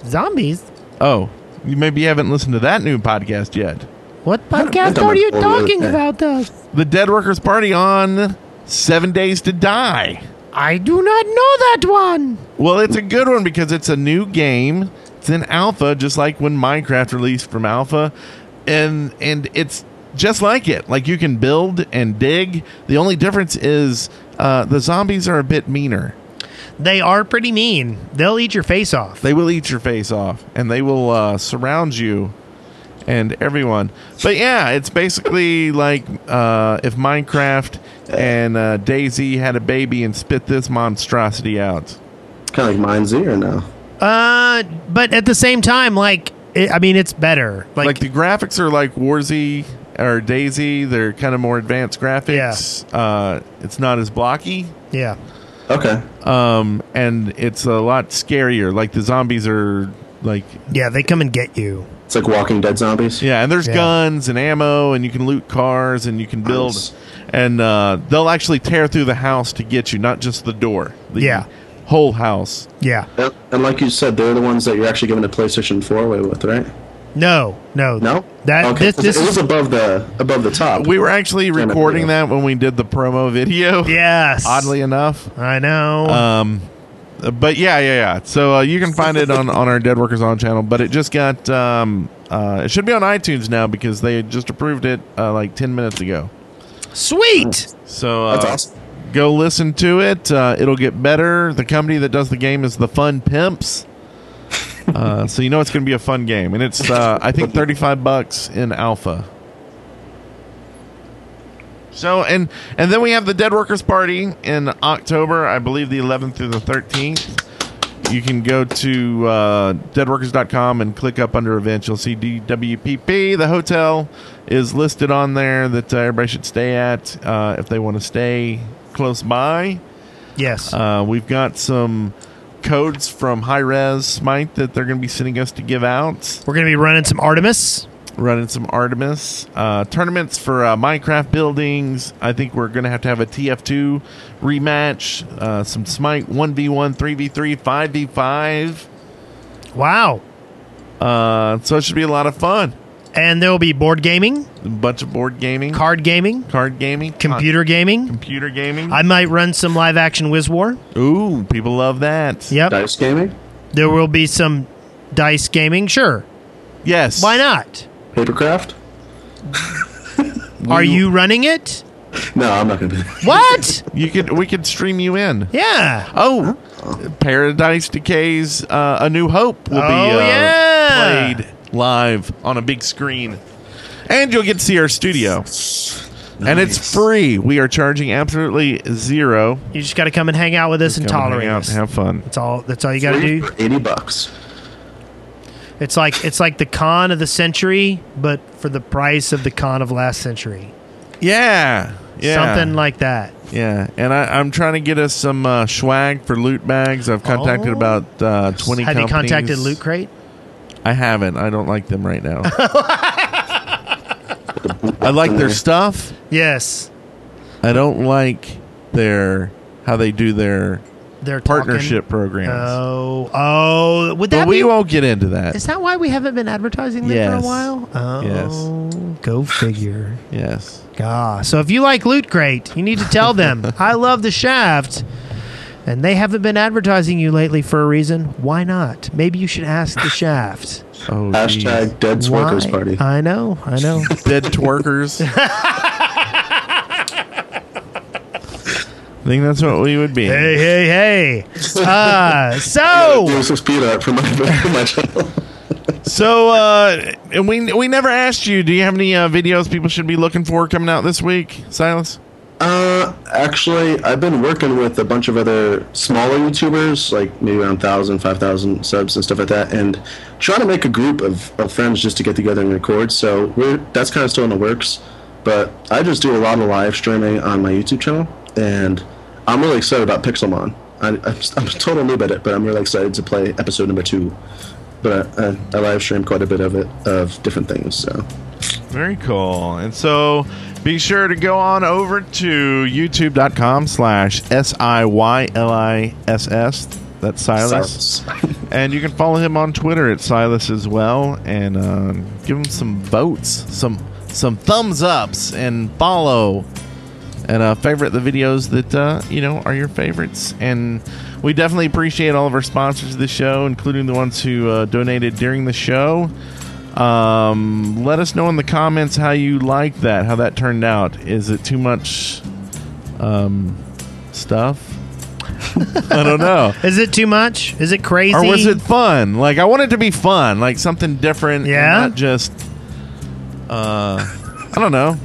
zombies
Oh, you maybe haven't listened to that new podcast yet.
what
I
podcast
don't
are you
remember the
talking
name.
about us
The Dead Workers Party on Seven Days to Die.
I do not know that one.
Well, it's a good one because it's a new game. It's it's in alpha, just like when Minecraft released from alpha, and and it's just like it. Like you can build and dig. The only difference is uh, the zombies are a bit meaner.
They are pretty mean. They'll eat your face off.
They will eat your face off, and they will uh, surround you and everyone. But yeah, it's basically like uh, if Minecraft and uh, Daisy had a baby and spit this monstrosity out.
Kind of like Mind's Ear now.
Uh, but at the same time, like it, I mean, it's better. Like,
Like, the graphics are like Warzy or Daisy. They're kind of more advanced graphics. Uh, it's not as blocky,
yeah,
Okay.
um, and it's a lot scarier. Like the zombies are like
yeah, they come and get you.
It's like Walking Dead zombies.
Yeah, and there's
Yeah.
guns and ammo, and you can loot cars, and you can build,
Nice.
and uh, they'll actually tear through the house to get you, not just the door. The
Yeah.
whole house.
Yeah.
And- And like you said, they're the ones that you're actually giving a PlayStation 4 away with, right?
No, no,
No.
That
okay.
this this
it
is
was above the above the top.
We were actually
Kinda
recording
cool.
that when we did the promo video.
yes.
Oddly enough,
I know.
Uh,
um, but yeah, yeah, yeah. So uh, you can find it on on our Dead Workers On channel, but it just got um, uh, it should be on iTunes now because they just approved it uh, like ten minutes ago.
Sweet.
So uh,
That's awesome.
go listen to it. Uh, it'll get better. The company that does the game is the Fun Pimps. Uh, so you know it's going to be a fun game, and it's uh, I think thirty five bucks in alpha. So and and then we have the Dead Workers Party in October, I believe the eleventh through the thirteenth. You can go to uh, deadworkers.com and click up under events. You'll see DWPP. The hotel is listed on there that uh, everybody should stay at uh, if they want to stay close by.
Yes.
Uh, we've got some codes from High Res Smite that they're going to be sending us to give out.
We're gonna be running some Artemis.
Running some Artemis uh, tournaments for uh, Minecraft buildings. I think we're going to have to have a TF2 rematch, uh, some Smite 1v1, 3v3, 5v5.
Wow.
Uh, so it should be a lot of fun.
And there will be board gaming,
A bunch of board gaming,
card gaming,
card gaming,
computer
con-
gaming.
computer gaming.
I might run some live action Wiz War.
Ooh, people love that.
Yep.
Dice gaming,
There will be some dice gaming. Sure.
Yes.
Why not?
papercraft.
Are you running it?
No, I'm not gonna be. there.
What?
You could. We could stream you in.
yeah.
Oh, Paradise Decay's uh, A New Hope will be
Oh,
uh,
yeah.
played live on a big screen. And you'll get to see our studio. And it's free. We are charging absolutely zero.
You just got to come and hang out with us and
Come and hang
tolerate
out
us.
and have fun.
That's all. That's all you got to
Three
do.
for Eighty bucks.
It's like it's like the con of the century, but for the price of the con of last century.
Yeah. Yeah.
Something like that.
Yeah, and I, I'm trying to get us some uh, swag for loot bags. I've contacted
Oh.
about uh, 20
Have you
companies.
contacted Loot Crate?
I haven't. I don't like them right now. I like their stuff.
Yes.
I don't like their how they do their
They're talking-
partnership programs.
Oh, oh, would that
but we
be?
won't get into that.
Is that why we haven't been advertising them for
Yes.
a while? Oh, yes. Go figure.
yes.
Ah, so if you like Loot Crate, you need to tell them I love the Shaft, and they haven't been advertising you lately for a reason. Why not? Maybe you should ask the Shaft.
Oh,
Hashtag
geez.
Dead Sworkers
Why?
Party.
I know, I know.
dead twerkers. I think that's what we would be.
hey, hey, hey. Uh, so
There's some speed art for my, for my channel.
So, uh, and we we never asked you. Do you have any uh, videos people should be looking for coming out this week, Silas?
Uh, actually, I've been working with a bunch of other smaller YouTubers, like maybe around 1,000, 5,000 subs and stuff like that, and trying to make a group of, of friends just to get together and record. So we're that's kind of still in the works, but I just do a lot of live streaming on my YouTube channel, and I'm really excited about Pixelmon. I, I'm, I'm totally new at it, but I'm really excited to play episode number two. But I, I, I live stream quite a bit of it of different things. So
Very cool. And so, be sure to go on over to YouTube.com/slash s i y l i s s. That's Silas. And you can follow him on Twitter at Silas as well, and um, give him some votes, some some thumbs ups, and follow, and uh, favorite the videos that uh, you know are your favorites. And we definitely appreciate all of our sponsors of the show, including the ones who uh, donated during the show. Um, let us know in the comments how you liked that, how that turned out. Is it too much um, stuff? I don't know.
Is it too much? Is it crazy?
Or was it fun? Like I want it to be fun, like something different. and
Yeah?
not just. Uh, I don't know.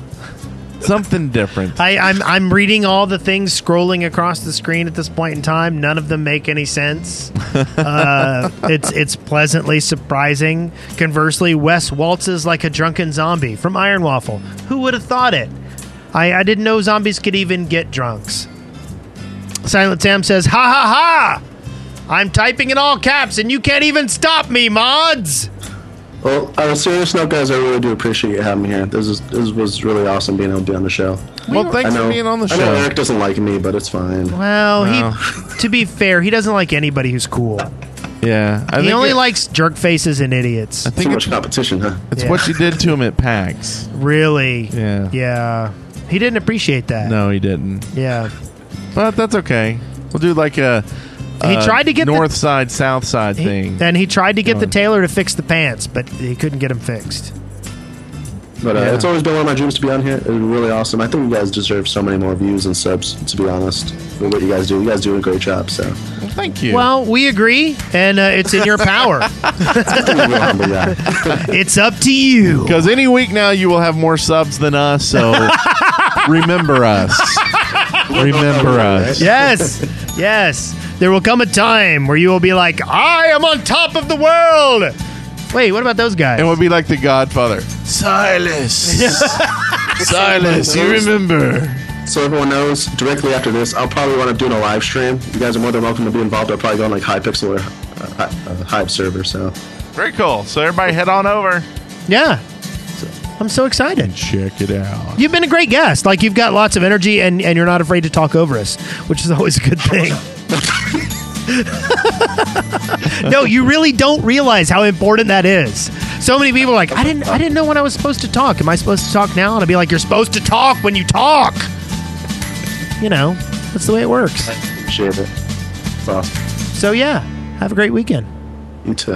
Something different.
I, I'm I'm reading all the things scrolling across the screen at this point in time. None of them make any sense. Uh, it's it's pleasantly surprising. Conversely, Wes waltzes like a drunken zombie from Iron Waffle. Who would have thought it? I, I didn't know zombies could even get drunks. Silent Sam says, "Ha ha ha! I'm typing in all caps, and you can't even stop me, mods."
Well, on a serious note, guys, I really do appreciate you having me here. This is this was really awesome being able to be on the show.
Well,
I
thanks
know,
for being on the
I know
show.
Eric doesn't like me, but it's fine.
Well, he, to be fair, he doesn't like anybody who's cool.
Yeah, I
He
think
only
it-
likes jerk faces and idiots.
I
Too
think
much
it's,
competition, huh?
it's what you did to him at PAX.
Really?
Yeah.
Yeah. He didn't appreciate that.
No, he didn't.
Yeah.
But that's okay. We'll do like a.
He
a
tried to get the-
north side, south side
He-
thing.
and he tried to get the
Going.
tailor to fix the pants, but he couldn't get them fixed.
But uh,
Yeah.
it's always been one of my dreams to be on here. It's really awesome. I think you guys deserve so many more views and subs. To be honest, with what you guys do, you guys do a great job. So,
Well, thank you.
Well, we agree, and uh, it's in your power.
I'm a real humble guy.
it's up to you.
because any week now you will have more subs than us, so remember us. Remember us.
Yes. Yes. There will come a time where you will be like, I am on top of the world. Wait, what about those guys?
And we'll be like the Godfather. Silas. Silas, you remember.
So everyone knows, directly after this, I'll probably want to do a live stream. You guys are more than welcome to be involved. I'll probably go on like Hypixel or uh, Hy- uh, Hype server. So,
Very cool. So everybody head on over.
yeah. I'm so excited.
Check it out.
You've been a great guest. Like you've got lots of energy and, and you're not afraid to talk over us, which is always a good thing. no, you really don't realize how important that is. So many people are like, I didn't I didn't know when I was supposed to talk. Am I supposed to talk now? And I'd be like, You're supposed to talk when you talk. You know, that's the way it works.
appreciate it. It's awesome.
So yeah, have a great weekend.
You too.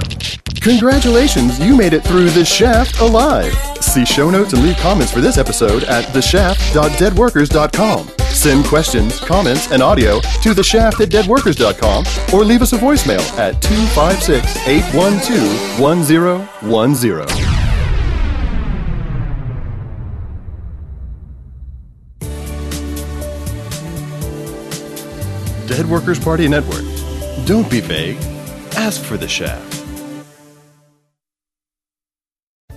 Congratulations, you made it through The Shaft alive. See show notes and leave comments for this episode at theshaft.deadworkers.com. Send questions, comments, and audio to theshaft at deadworkers.com or leave us a voicemail at 256 812 1010. Dead Workers Party Network. Don't be vague. Ask for The Shaft.